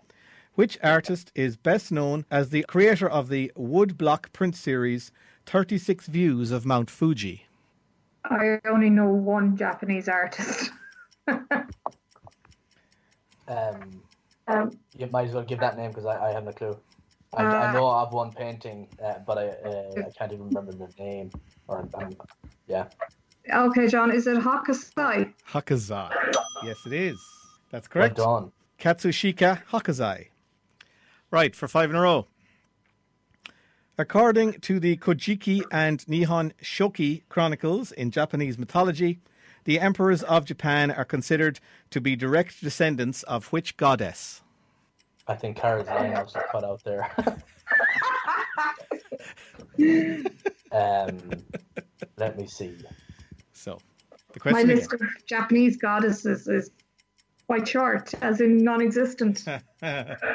Speaker 2: which artist is best known as the creator of the Woodblock print series 36 Views of Mount Fuji?
Speaker 6: I only know one Japanese artist. *laughs*
Speaker 7: Um,
Speaker 6: Um,
Speaker 7: you might as well give that name because I, I have no clue. I, I know I have one painting, uh, but I uh, I can't even remember the name. Or um, yeah,
Speaker 6: okay, John, is it Hokusai?
Speaker 2: Hakusai. Yes, it is. That's correct.
Speaker 7: well done.
Speaker 2: Katsushika Hokusai. Right, for five in a row. According to the Kojiki and Nihon Shoki chronicles in Japanese mythology, the emperors of Japan are considered to be direct descendants of which goddess?
Speaker 7: I think Carol's name was cut out there. *laughs* um, let me see.
Speaker 2: So, the
Speaker 6: My
Speaker 2: question
Speaker 6: list of Japanese goddesses is quite short, as in non existent.
Speaker 2: again.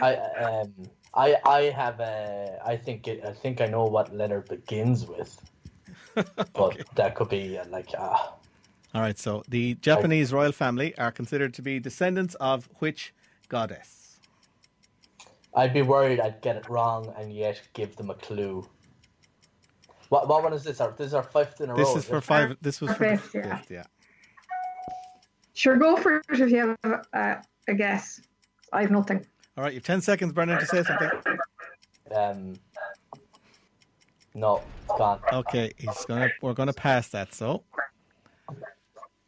Speaker 7: I um I I have a I think it, I think I know what letter begins with, but that could be uh, like ah
Speaker 2: All right, so the Japanese royal family are considered to be descendants of which goddess?
Speaker 7: I'd be worried I'd get it wrong and yet give them a clue. What what one is this? Our- This is our fifth in a row.
Speaker 2: This is for five. This was for the
Speaker 6: Fifth, yeah.
Speaker 2: fifth, yeah.
Speaker 6: Sure, go for it if you have uh, a guess. I have nothing.
Speaker 2: All right, you've 10 seconds, Brendan, to say something.
Speaker 7: Um, no, it's gone.
Speaker 2: Okay, he's gonna. We're gonna pass that. So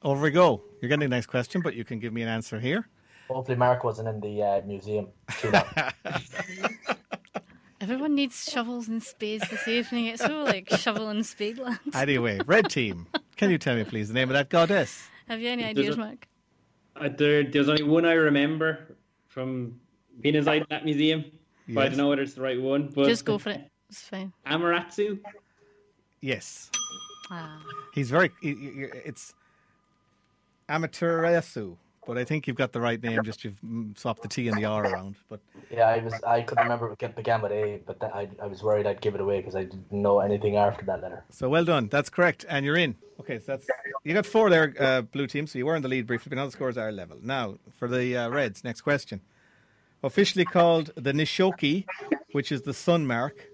Speaker 2: over we go. You're getting the next question, but you can give me an answer here. *laughs*
Speaker 7: Hopefully Mark wasn't in the uh, museum too long.
Speaker 4: If Everyone needs shovels and spades this evening. It's all like shovel and spade land.
Speaker 2: Anyway, red team. Can you tell me, please, the name of that goddess?
Speaker 4: Have you any ideas,
Speaker 5: Doesn't-
Speaker 4: Mark?
Speaker 5: Uh, there, there's only one I remember from being inside that museum, but I
Speaker 2: Yes.
Speaker 5: don't know whether it's the right one. But
Speaker 4: Just go for it. It's fine.
Speaker 5: Amaratsu.
Speaker 2: Yes,
Speaker 4: Ah.
Speaker 2: he's very. he- he- It's Amaterasu, but I think you've got the right name. Just you've mm, swapped the T and the R around. But
Speaker 7: Yeah, I was I could remember it began with A, but that, I I was worried I'd give it away because I didn't know anything after that letter.
Speaker 2: so well done. That's correct, and you're in. Okay, so that's you got four there, uh, blue team. So you were in the lead briefly, but now the scores are level. Now for the uh, Reds, next question. Officially called the Nishoki, which is the sun mark.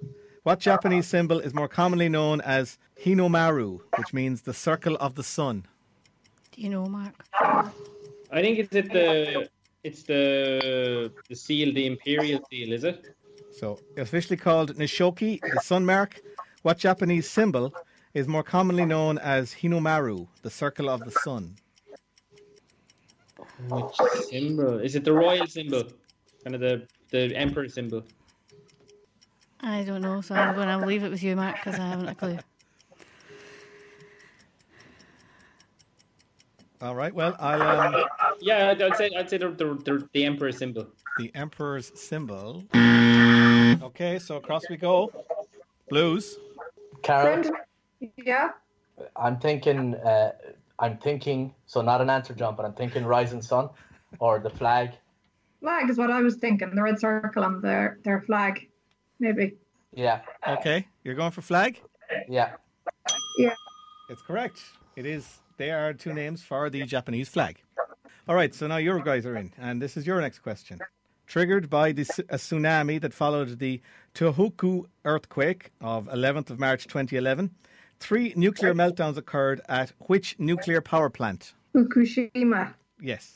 Speaker 2: What Japanese symbol is more commonly known as Hinomaru, which means the circle of the sun?
Speaker 4: Do you know, Mark?
Speaker 5: I think it's at the it's the the seal, the imperial seal, is it?
Speaker 2: So, officially called Nishoki, the sun mark, what Japanese symbol is more commonly known as Hinomaru, the circle of the sun?
Speaker 5: Which symbol? Is it the royal symbol? Kind of the the emperor symbol.
Speaker 4: I don't know, so I'm going to leave it with you, Mark, because I haven't a clue.
Speaker 2: All right, well, I'll, um,
Speaker 5: Yeah, I'd, I'd say I'd say the, the the the emperor symbol.
Speaker 2: the emperor's symbol. Okay, so across we go. Blues.
Speaker 7: Carol,
Speaker 6: Brendan, yeah,
Speaker 7: I'm thinking, uh, I'm thinking. So not an answer, John, but I'm thinking rising sun, or the flag.
Speaker 6: flag is what I was thinking. The red circle on their their flag, maybe.
Speaker 7: Yeah,
Speaker 2: Okay, you're going for flag?
Speaker 7: yeah.
Speaker 2: It's correct. It is. They are two names for the Japanese flag. All right, so now your guys are in, and this is your next question. Triggered by the s- a tsunami that followed the Tohoku earthquake of 11th of March 2011, three nuclear meltdowns occurred at which nuclear power plant?
Speaker 6: Fukushima.
Speaker 2: Yes,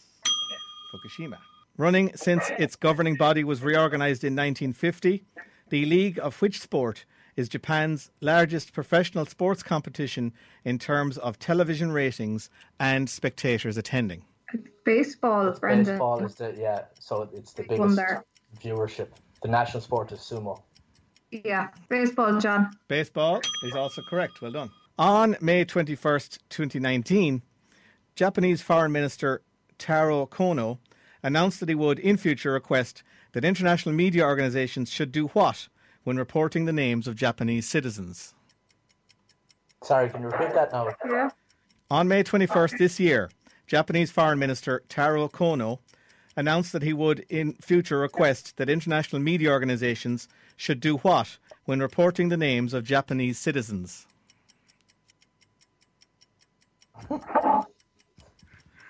Speaker 2: Fukushima. Running since its governing body was reorganized in 1950, the League of which sport is Japan's largest professional sports competition in terms of television ratings and spectators attending?
Speaker 6: Baseball, Brendan.
Speaker 7: Baseball is the yeah. So it's the
Speaker 6: Big
Speaker 7: biggest
Speaker 6: one there.
Speaker 7: viewership. The national sport is sumo.
Speaker 6: Yeah, baseball, John.
Speaker 2: Baseball is also correct. Well done. On May 21st, 2019, Japanese Foreign Minister Taro Kono announced that he would, in future, request that international media organizations should do what when reporting the names of Japanese citizens?
Speaker 7: Sorry, can you repeat that now?
Speaker 6: Yeah.
Speaker 2: On May 21st this year, Japanese Foreign Minister Taro Kono announced that he would, in future, request that international media organizations should do what when reporting the names of Japanese citizens?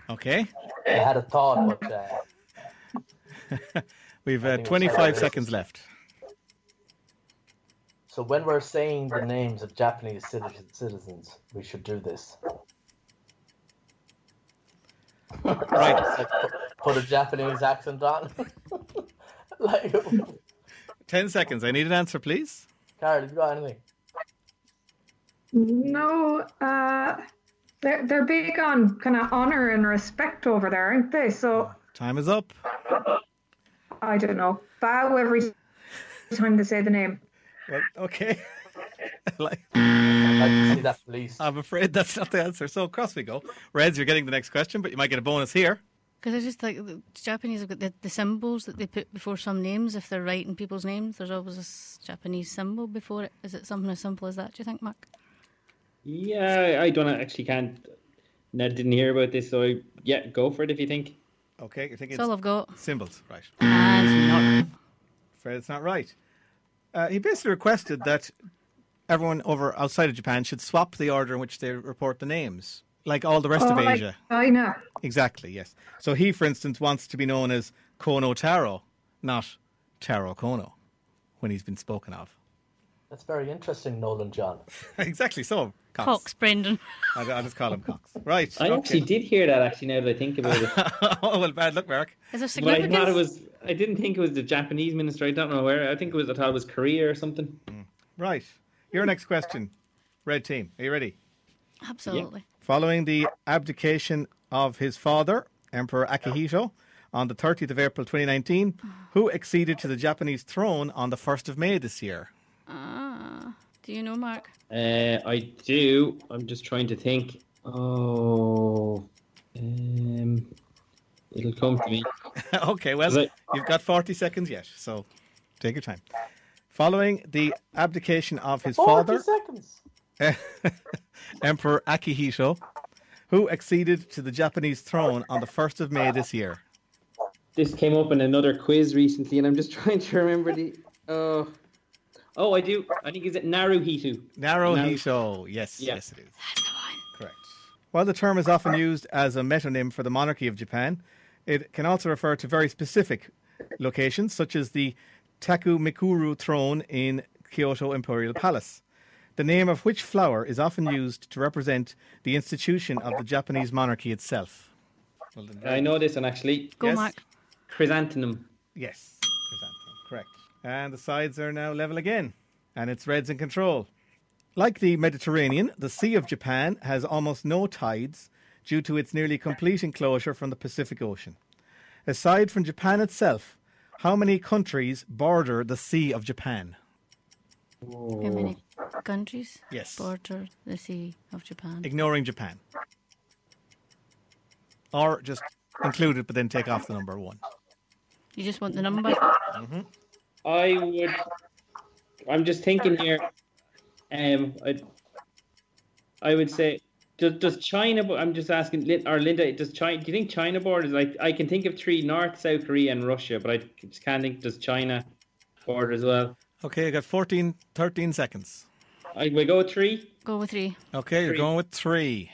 Speaker 2: Okay,
Speaker 7: I had a thought, but uh,
Speaker 2: we've
Speaker 7: I
Speaker 2: uh,
Speaker 7: think it's
Speaker 2: 25
Speaker 7: hilarious.
Speaker 2: seconds left.
Speaker 7: so when we're saying the names of Japanese citizen, citizens, we should do this.
Speaker 2: Right,
Speaker 7: Like, put, put a Japanese accent on. *laughs* like,
Speaker 2: 10 seconds. I need an answer, please.
Speaker 7: Carol, you got anything?
Speaker 6: No, uh, they're they're big on kind of honor and respect over there, aren't they? So
Speaker 2: Time is up.
Speaker 6: I don't know. Bow every time they say the name.
Speaker 2: Well, okay. *laughs* Like-
Speaker 7: I'd like to see that police.
Speaker 2: I'm afraid that's not the answer. So across we go. Reds, you're getting the next question, but you might get a bonus here.
Speaker 4: Because I just like the Japanese have got the, the symbols that they put before some names. If they're writing people's names, there's always a s- Japanese symbol before it. Is it something as simple as that? Do you think, Mark?
Speaker 5: Yeah, I don't actually can't. I didn't hear about this, so I, yeah, go for it if you think.
Speaker 2: Okay, you're thinking
Speaker 4: That's all I've got.
Speaker 2: it's symbols, right?
Speaker 5: Mm.
Speaker 4: Ah, it's not.
Speaker 2: Fred, it's not right. Uh, he basically requested that everyone over outside of Japan should swap the order in which they report the names, like all the rest
Speaker 6: Oh,
Speaker 2: of
Speaker 6: like
Speaker 2: Asia.
Speaker 6: China.
Speaker 2: Exactly. Yes. So he, for instance, wants to be known as Kono Taro, not Taro Kono, when he's been spoken of. *laughs*
Speaker 7: That's very interesting, Nolan John.
Speaker 2: exactly. So Cox.
Speaker 4: Cox, Brendan.
Speaker 2: I, will just call him Cox. Right.
Speaker 5: I
Speaker 2: okay.
Speaker 5: actually did hear that. Actually, now that I think about it,
Speaker 2: *laughs* oh well, bad luck, Mark.
Speaker 4: Is there
Speaker 5: but I
Speaker 4: significance?
Speaker 5: thought it was. I didn't think it was the Japanese minister. I don't know where. I think it was. I thought it was Korea or something.
Speaker 2: Right. Your next question, Red Team. Are you ready?
Speaker 4: Absolutely.
Speaker 2: Following the abdication of his father, Emperor Akihito, on the 30th of April 2019, who acceded to the Japanese throne on the 1st of May this year? *laughs*
Speaker 4: Ah, do you know, Mark?
Speaker 5: Uh, I do. I'm just trying to think. Oh, um, it'll come to me.
Speaker 2: okay, well,
Speaker 5: Right.
Speaker 2: you've got 40 seconds yet, so take your time. Following the abdication of his
Speaker 7: Forty
Speaker 2: father,
Speaker 7: seconds.
Speaker 2: *laughs* Emperor Akihito, who acceded to the Japanese throne on the 1st of May this year?
Speaker 5: This came up in another quiz recently, and I'm just *laughs* trying to remember the. Oh, oh, I do. I think is it Naruhito.
Speaker 2: Naruhito. Yes,
Speaker 5: Yeah.
Speaker 2: yes, it is. Correct. While the term is often used as a metonym for the monarchy of Japan, it can also refer to very specific locations, such as the Takumikuru throne in Kyoto Imperial Palace. The name of which flower is often used to represent the institution of the Japanese monarchy itself? Well, the-
Speaker 5: I know this one actually.
Speaker 4: Go,
Speaker 2: Yes.
Speaker 4: Mark.
Speaker 5: Chrysanthemum.
Speaker 2: Yes, chrysanthemum, correct. And the sides are now level again, and it's Reds in control. Like the Mediterranean, the Sea of Japan has almost no tides due to its nearly complete enclosure from the Pacific Ocean. Aside from Japan itself, how many countries border the Sea of Japan?
Speaker 4: How many countries
Speaker 2: Yes.
Speaker 4: border the Sea of Japan?
Speaker 2: Ignoring Japan. Or just include it, but then take off the number one.
Speaker 4: You just want the number?
Speaker 5: I would. I'm just thinking here. Um, I, I would say, does, does China? bo- I'm just asking, Lin- or Linda, does China? Do you think China borders? Like, I can think of three: North, South Korea, and Russia. But I just can't think. Does China border as well?
Speaker 2: Okay, I got 14, 13 seconds.
Speaker 5: I we go with three.
Speaker 4: Go with three.
Speaker 2: Okay, you you're
Speaker 5: Three.
Speaker 2: going with three.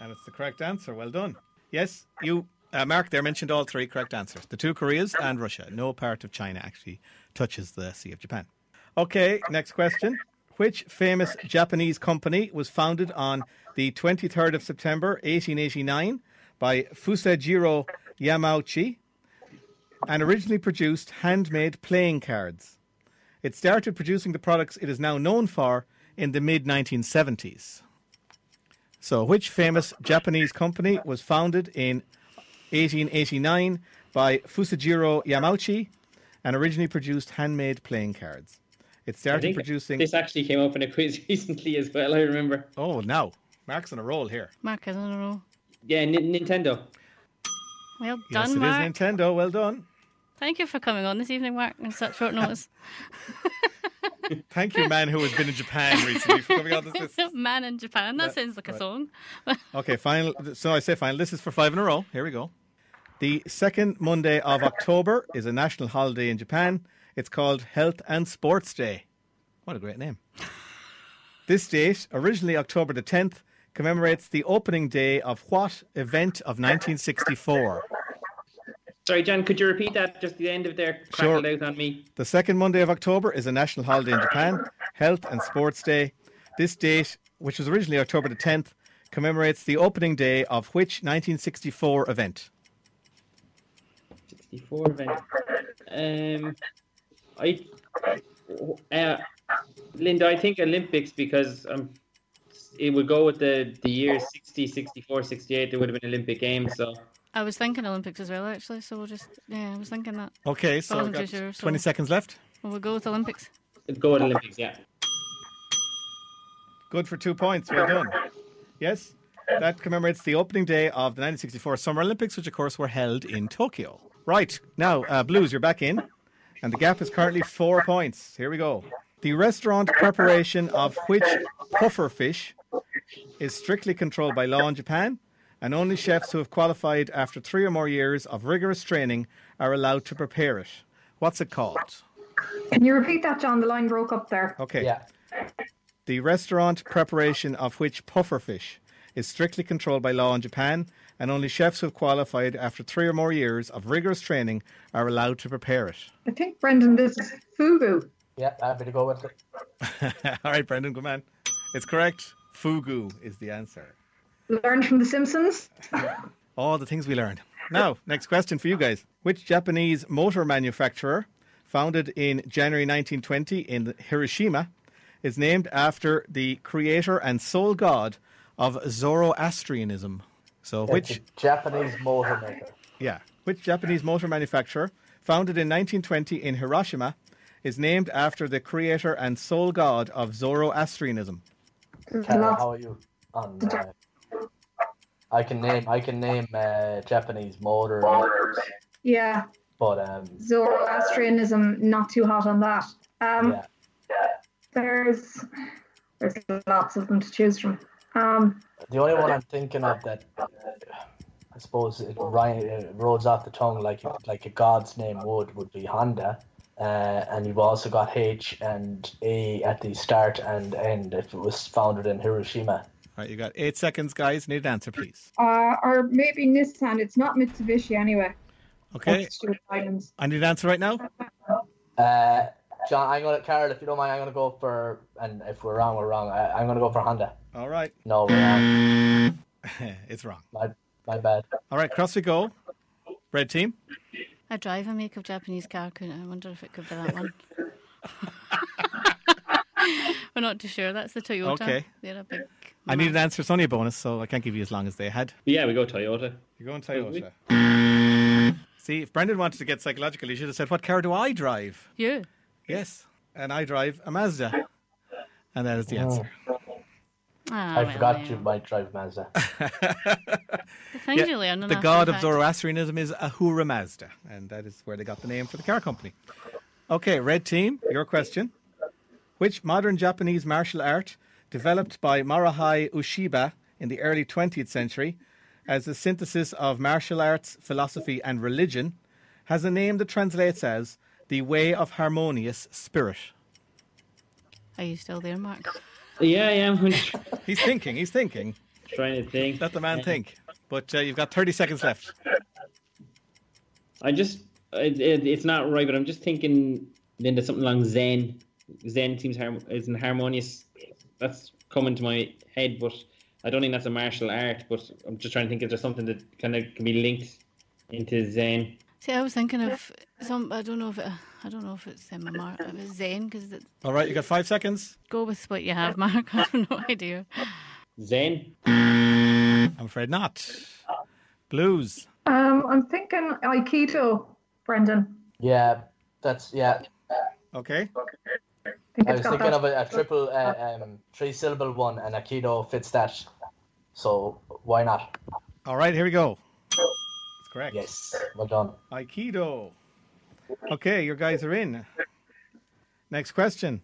Speaker 2: And it's the correct answer. Well done. Yes, you, uh, Mark, there mentioned all three correct answers the two Koreas and Russia. No part of China actually touches the Sea of Japan. Okay, next question. Which famous Japanese company was founded on the 23rd of September 1889 by Fusajiro Yamauchi and originally produced handmade playing cards? It started producing the products it is now known for in the mid 1970s. So, which famous Japanese company was founded in 1889 by Fusajiro Yamauchi and originally produced handmade playing cards? It
Speaker 5: I
Speaker 2: started
Speaker 5: think
Speaker 2: producing.
Speaker 5: this actually came up in a quiz *laughs* recently as well. I remember.
Speaker 2: Oh, now Mark's on a roll here.
Speaker 4: Mark is on a roll.
Speaker 5: Yeah, N- Nintendo.
Speaker 4: Well
Speaker 2: Yes,
Speaker 4: done,
Speaker 2: it is
Speaker 4: Mark.
Speaker 2: Nintendo. Well done.
Speaker 4: Thank you for coming on this evening, Mark, on such
Speaker 2: *laughs*
Speaker 4: short notice.
Speaker 2: Thank you, man, who has been in Japan recently for coming on this. this.
Speaker 4: *laughs* Man in Japan. That sounds like a song.
Speaker 2: Okay, final. So I say final. This is for five in a row. Here we go. The second Monday of October is a national holiday in Japan. It's called Health and Sports Day. What a great name. This date, originally October the 10th, commemorates the opening day of what event of 1964?
Speaker 5: Sorry, Jan. Could you repeat that? Just the end of there
Speaker 2: Sure.
Speaker 5: crackled out on me.
Speaker 2: The second Monday of October is a national holiday in Japan, Health and Sports Day. This date, which was originally October the 10th, commemorates the opening day of which 1964 event?
Speaker 5: 64 event. Um, I, uh, Linda, I think Olympics because um, it would go with the the years 60, 64, 68. There would have been Olympic Games. So
Speaker 4: I was thinking Olympics as well, actually. So we'll just, yeah, I was thinking that.
Speaker 2: Okay, so
Speaker 4: wasn't
Speaker 2: we've got
Speaker 4: too sure, so-
Speaker 2: 20 seconds left.
Speaker 4: Well, we'll go with Olympics.
Speaker 5: it'd go with Olympics. Yeah.
Speaker 2: Good for two points. Well done. Yes, that commemorates the opening day of the 1964 Summer Olympics, which of course were held in Tokyo. Right now, uh, Blues, you're back in, and the gap is currently four points. Here we go. The restaurant preparation of which puffer fish is strictly controlled by law in Japan, and only chefs who have qualified after three or more years of rigorous training are allowed to prepare it. What's it called?
Speaker 6: Can you repeat that, John? The line broke up there.
Speaker 2: Okay.
Speaker 7: Yeah.
Speaker 2: The restaurant preparation of which pufferfish is strictly controlled by law in Japan, and only chefs who have qualified after three or more years of rigorous training are allowed to prepare it. *laughs*
Speaker 6: I think, Brendan, this is fugu.
Speaker 7: Yeah, happy to go with it.
Speaker 2: All right, Brendan, good man. It's correct. Fugu is the answer.
Speaker 6: Learned from The Simpsons.
Speaker 2: All the things we learned. Now, next question for you guys. Which Japanese motor manufacturer, founded in January 1920 in Hiroshima, is named after the creator and sole god of Zoroastrianism? So,
Speaker 7: It's
Speaker 2: which
Speaker 7: a Japanese motor maker.
Speaker 2: Yeah. Which Japanese motor manufacturer, founded in 1920 in Hiroshima, is named after the creator and sole god of Zoroastrianism?
Speaker 6: There's
Speaker 7: Tara,
Speaker 6: lots.
Speaker 7: how are you? On, uh, I can name I can name uh, Japanese motor,
Speaker 6: Yeah,
Speaker 7: but um,
Speaker 6: Zoroastrianism, not too hot on that. Um,
Speaker 7: yeah,
Speaker 6: There's there's lots of them to choose from. Um,
Speaker 7: the only one I'm thinking of that uh, I suppose it, ri- it rolls off the tongue like like a god's name would would be Honda, uh, and you've also got H and A at the start and end if it was founded in Hiroshima.
Speaker 2: All right, you got eight seconds, guys. Need an answer, please.
Speaker 6: uh, or maybe Nissan. It's not Mitsubishi anyway.
Speaker 2: Okay,
Speaker 6: That's stupid items.
Speaker 2: I need an answer right now.
Speaker 7: Uh, John, I'm gonna Carol, if you don't mind, I'm gonna go for and if we're wrong, we're wrong. I, I'm gonna go for Honda.
Speaker 2: All right,
Speaker 7: No, we're wrong.
Speaker 2: *laughs* it's wrong.
Speaker 7: My bad.
Speaker 4: Oh,
Speaker 2: All right, cross we go. Red team.
Speaker 4: I drive a make of Japanese car, couldn't I? I wonder if it could be that one. *laughs* We're not too sure. That's the Toyota.
Speaker 2: Okay.
Speaker 4: They're a big.
Speaker 2: I need an answer. It's only a bonus, so I can't give you as long as they had.
Speaker 5: Yeah, we go Toyota.
Speaker 2: You're going Toyota. See, if Brendan wanted to get psychological, he should have said, "What car do I drive?"
Speaker 4: You.
Speaker 2: Yes, and I drive a Mazda, and that is the answer.
Speaker 4: Ah,
Speaker 7: I
Speaker 4: well,
Speaker 7: forgot
Speaker 4: yeah.
Speaker 7: you might drive Mazda.
Speaker 4: The things
Speaker 2: Yeah,
Speaker 4: you learn. in
Speaker 2: The
Speaker 4: that,
Speaker 2: god
Speaker 4: in
Speaker 2: of
Speaker 4: fact.
Speaker 2: Zoroastrianism is Ahura Mazda, and that is where they got the name for the car company. Okay, red team, your question. Which modern Japanese martial art, developed by Marahai Ushiba in the early 20th century as a synthesis of martial arts, philosophy, and religion, has a name that translates as the way of harmonious spirit?
Speaker 4: Are you still there, Mark?
Speaker 5: Yeah, yeah. I'm *laughs* tr-
Speaker 2: He's thinking, he's thinking.
Speaker 5: trying to think.
Speaker 2: Let the man think. But uh, you've got 30 seconds left.
Speaker 5: I just, it, it, it's not right, but I'm just thinking. Then there's something along Zen. Zen seems harm- isn't harmonious. That's coming to my head, but I don't think that's a martial art. But I'm just trying to think if there's something that kind of can be linked into Zen.
Speaker 4: See, I was thinking of some. I don't know if it, I don't know if
Speaker 2: *laughs*
Speaker 4: it's um, a Mark. It was Zen because
Speaker 2: All right, you've got five seconds.
Speaker 4: go with what you have, Mark. *laughs* I have no
Speaker 2: *laughs*
Speaker 4: idea.
Speaker 5: Zen.
Speaker 2: I'm afraid not. Blues.
Speaker 6: Um, I'm thinking Aikido, Brendan.
Speaker 7: Yeah, that's yeah.
Speaker 2: Okay.
Speaker 6: I, think
Speaker 7: I
Speaker 6: it's
Speaker 7: was
Speaker 6: got
Speaker 7: thinking
Speaker 6: that.
Speaker 7: of a, a triple, uh, um, three-syllable one, and Aikido fits that. So why not?
Speaker 2: All right, here we go. That's correct.
Speaker 7: Yes, well done.
Speaker 2: Aikido. Okay, your guys are in. Next question.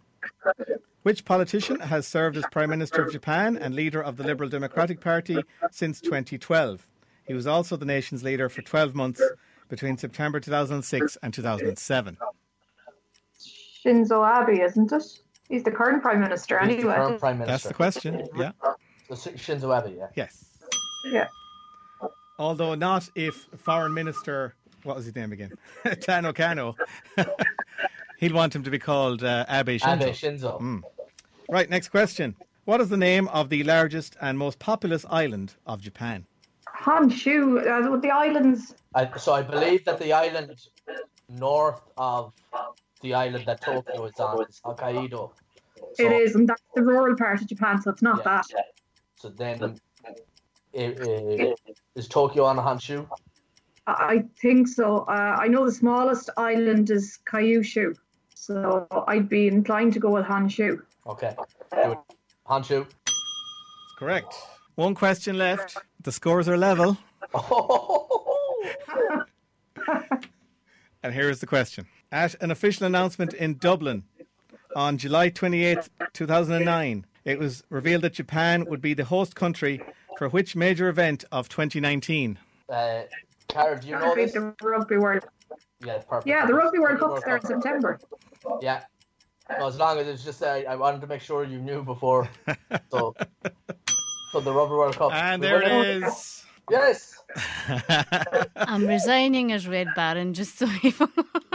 Speaker 2: Which politician has served as Prime Minister of Japan and leader of the Liberal Democratic Party since 2012? He was also the nation's leader for 12 months between September 2006 and 2007.
Speaker 6: Shinzo Abe, isn't it? He's the current prime minister,
Speaker 7: He's the
Speaker 6: anyway.
Speaker 7: current prime
Speaker 2: That's the
Speaker 7: minister.
Speaker 2: question. Yeah.
Speaker 7: So Shinzo Abe. Yeah.
Speaker 2: Yes.
Speaker 6: Yeah.
Speaker 2: Although not if Foreign Minister, what was his name again? *laughs* Tano Kano. *laughs* He'd want him to be called uh, Abe Shinzo. Mm.
Speaker 7: Abe Shinzo.
Speaker 2: Right, next question. What is the name of the largest and most populous island of Japan?
Speaker 6: Honshu, uh, with the islands.
Speaker 7: I, so I believe that the island north of the island that Tokyo is on is Hokkaido. So,
Speaker 6: it is, and that's the rural part of Japan, so it's not
Speaker 7: Yeah,
Speaker 6: that.
Speaker 7: yeah. So then, it, it, is Tokyo on Honshu?
Speaker 6: I I think so. Uh, I know the smallest island is Kyushu, so I'd be inclined to go with Honshu.
Speaker 7: Okay. Do it. Honshu.
Speaker 2: It's correct. One question left. The scores are level.
Speaker 7: *laughs* Uh,
Speaker 2: And here is the question. At an official announcement in Dublin on July 28, 2009, it was revealed that Japan would be the host country for which major event of 2019?
Speaker 7: uh, Cara, do you know
Speaker 6: That'd be
Speaker 7: this?
Speaker 6: the Rugby World.
Speaker 7: Yeah, perfect.
Speaker 6: Yeah, the Rugby World Cup's there in September.
Speaker 7: Yeah. No, as long as it's just uh, I, I wanted to make sure you knew
Speaker 2: *laughs*
Speaker 7: before. So, so the Rubber World Cup.
Speaker 2: And
Speaker 7: We
Speaker 2: there
Speaker 7: win
Speaker 2: it is.
Speaker 7: Yes.
Speaker 4: I'm resigning as Red Baron just so you.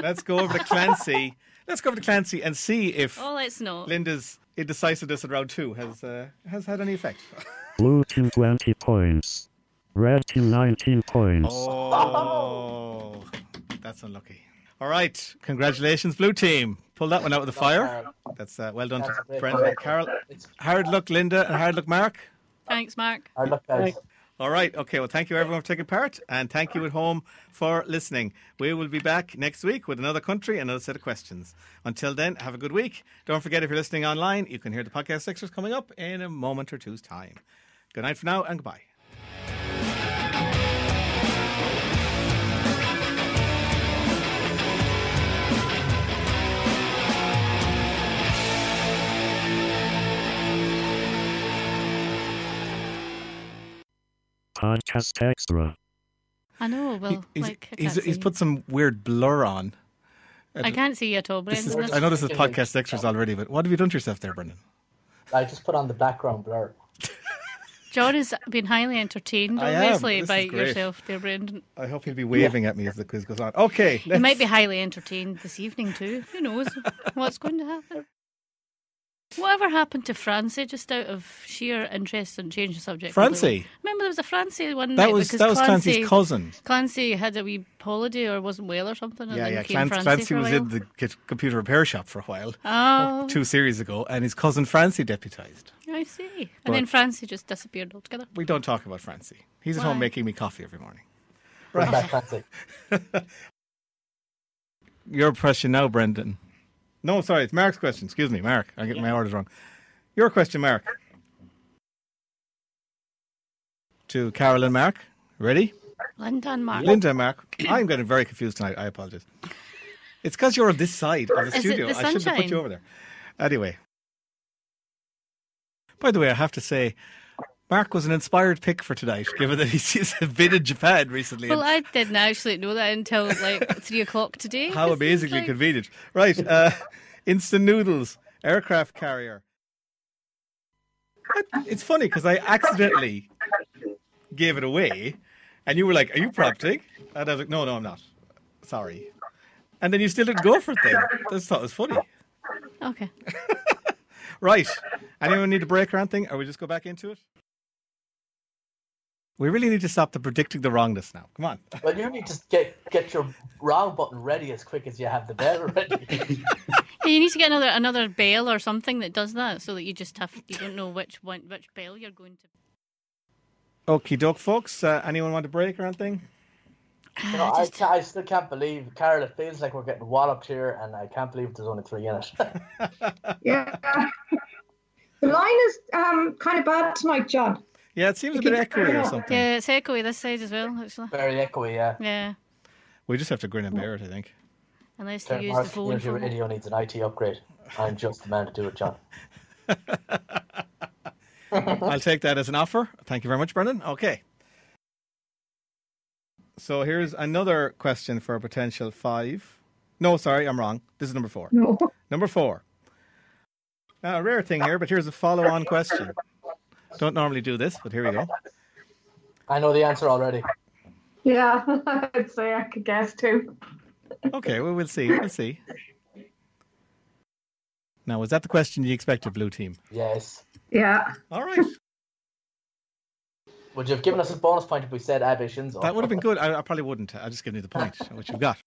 Speaker 2: Let's go over to Clancy. Let's go over to Clancy and see if
Speaker 4: oh, let's not.
Speaker 2: Linda's indecisiveness in round two has uh, has had any effect.
Speaker 3: Blue team 20 points. Red team 19 points.
Speaker 7: Oh.
Speaker 2: Oh, that's unlucky. All right, congratulations, blue team. Pull that one out of the fire.
Speaker 7: Carol.
Speaker 2: That's uh, well done
Speaker 7: That's a
Speaker 2: to
Speaker 7: great
Speaker 2: Brendan and
Speaker 7: work.
Speaker 2: Carol.
Speaker 7: It's
Speaker 2: Hard luck, Linda, and hard luck, Mark.
Speaker 4: Thanks, Mark.
Speaker 7: hard luck, guys.
Speaker 5: Thanks.
Speaker 2: All right. Okay. Well, thank you everyone for taking part, and thank you at home for listening. We will be back next week with another country and another set of questions. Until then, have a good week. Don't forget if you're listening online, you can hear the podcast extras coming up in a moment or two's time. Good night for now, and goodbye.
Speaker 3: Podcast Extra.
Speaker 4: I know. Well,
Speaker 2: he's,
Speaker 4: like Oh, I
Speaker 2: he's,
Speaker 4: can't
Speaker 2: he's
Speaker 4: see.
Speaker 2: put some weird blur on.
Speaker 4: I can't see you at all,
Speaker 2: This
Speaker 4: Brendan.
Speaker 2: is,
Speaker 4: That's-
Speaker 2: I know this is podcast extras already, but what have you done to yourself there, Brendan?
Speaker 7: I just put on the background blur.
Speaker 4: John has been highly entertained,
Speaker 2: I am.
Speaker 4: obviously,
Speaker 2: This
Speaker 4: by
Speaker 2: is great.
Speaker 4: yourself, dear Brendan.
Speaker 2: I hope he'll be waving at me as the quiz goes on. Okay,
Speaker 4: You
Speaker 2: let's,
Speaker 4: might be highly entertained this evening too.
Speaker 2: *laughs*
Speaker 4: Who knows what's going to happen? Whatever happened to Francie? Just out of sheer interest and change the subject. completely.
Speaker 2: Francie?
Speaker 4: Remember there was a Francie one
Speaker 2: that
Speaker 4: night
Speaker 2: was
Speaker 4: because
Speaker 2: that was
Speaker 4: Clancy,
Speaker 2: Clancy's cousin.
Speaker 4: Clancy had a wee holiday or wasn't well or something, and
Speaker 2: Yeah,
Speaker 4: then
Speaker 2: yeah.
Speaker 4: came
Speaker 2: Clancy,
Speaker 4: Oh, Francie
Speaker 2: Clancy
Speaker 4: for a
Speaker 2: was
Speaker 4: while.
Speaker 2: in the kit- computer repair shop for a while,
Speaker 4: oh,
Speaker 2: two series ago, and his cousin Francie deputized.
Speaker 4: I see. And then
Speaker 2: But-
Speaker 4: Francie just disappeared altogether.
Speaker 2: We don't talk about Francie. He's at home
Speaker 4: Why?
Speaker 2: making me coffee every morning.
Speaker 7: Bring back Fancy.
Speaker 2: Your question now, Brendan. No, sorry, it's Mark's question. Excuse me, Mark. I get my orders wrong. Your question, Mark. To Carolyn Mark. Ready?
Speaker 4: Linda and Mark.
Speaker 2: Linda and Mark. I'm getting very confused tonight. I apologize. It's because you're on this side of the
Speaker 4: Is it
Speaker 2: studio.
Speaker 4: the
Speaker 2: I shouldn't have put
Speaker 4: sunshine?
Speaker 2: you over there. Anyway. By the way, I have to say, Mark was an inspired pick for tonight, given *laughs* that he's he's been in Japan recently.
Speaker 4: Well,
Speaker 2: and
Speaker 4: I didn't actually know that until like three o'clock *laughs* today.
Speaker 2: How
Speaker 4: This is
Speaker 2: amazingly
Speaker 4: like-
Speaker 2: convenient. Right. Uh, *laughs* instant noodles, aircraft carrier. I- It's funny because I accidentally gave it away and you were like, Are you prompting? And I was like, No, no, I'm not. Sorry. And then you still didn't go for it then. I just thought it was funny.
Speaker 4: Okay.
Speaker 2: Right. Anyone need a break or anything? Or we just go back into it? We really need to stop the predicting the wrongness now. Come on. *laughs*
Speaker 7: Well, you need to get get your wrong button ready as quick as you have the bell *laughs* ready.
Speaker 4: Yeah, you need to get another another bell or something that does that, so that you just have you don't know which one which bell you're going to.
Speaker 2: Okie doke, folks. Uh, anyone want a break or anything?
Speaker 7: You know, I, ca- I still can't believe, Carol, it feels like we're getting walloped here, and I can't believe there's only three in it. *laughs*
Speaker 6: Yeah. *laughs* the line is um, kind of bad tonight, John.
Speaker 2: Yeah, it seems a bit echoey or something.
Speaker 4: Yeah, it's echoey this side as well, actually.
Speaker 7: Very echoey, yeah.
Speaker 4: Yeah,
Speaker 2: We just have to grin and bear it, I think.
Speaker 4: unless
Speaker 7: Turn
Speaker 4: they use the
Speaker 7: Mark's
Speaker 4: phone.
Speaker 7: community
Speaker 4: For more.
Speaker 7: radio needs an IT upgrade. I'm just the man to do it, John.
Speaker 2: I'll take that as an offer. Thank you very much, Brendan. Okay. So here's another question for a potential five. No, sorry, I'm wrong. This is number four.
Speaker 6: No.
Speaker 2: Number four. Now, a rare thing here, but here's a follow on question. Don't normally do this, but here we go.
Speaker 7: I know the answer already.
Speaker 6: Yeah, *laughs* I'd say I could guess too.
Speaker 2: Okay, well, we'll see. We'll see. Now, was that the question you expected, Blue Team?
Speaker 7: Yes.
Speaker 6: Yeah.
Speaker 2: All right.
Speaker 7: Would you have given us a bonus point if we said Abe Shinzo?
Speaker 2: That would have been good. I, I probably wouldn't. I just give you the
Speaker 7: *laughs*
Speaker 2: point, which you've got.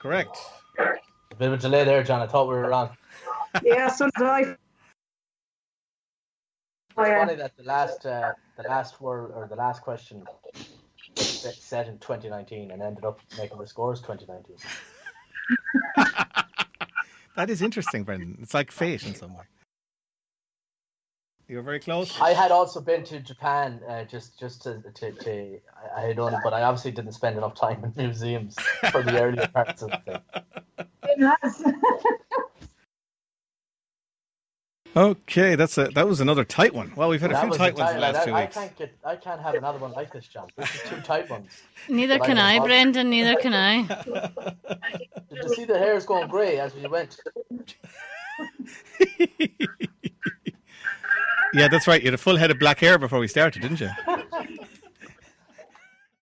Speaker 2: Correct.
Speaker 7: A bit of a delay there, John. I thought we were wrong.
Speaker 6: Yeah, so did I. Oh,
Speaker 7: It's
Speaker 6: yeah.
Speaker 7: funny that the last, uh, the last word or the last question was set set in 2019 and ended up making the scores 2019.
Speaker 2: That is interesting, Brendan. It's like fate in some way. You were very close.
Speaker 7: I had also been to Japan uh, just just to, to, to I- I had only, but I obviously didn't spend enough time in museums for the earlier parts of the thing.
Speaker 6: Yes. *laughs*
Speaker 2: Okay, that's a that was another tight one. Well, we've had a
Speaker 7: That
Speaker 2: few
Speaker 7: was
Speaker 2: tight
Speaker 7: a
Speaker 2: ones the
Speaker 7: tight-
Speaker 2: last
Speaker 7: I-
Speaker 2: few
Speaker 7: I
Speaker 2: weeks.
Speaker 7: can't get, I can't have another one like this, John. This is two tight ones.
Speaker 4: Neither can I, Brendan. Neither can I.
Speaker 7: Did you see the hairs going grey as we went?
Speaker 2: yeah, that's right. You had a full head of black hair before we started, didn't you?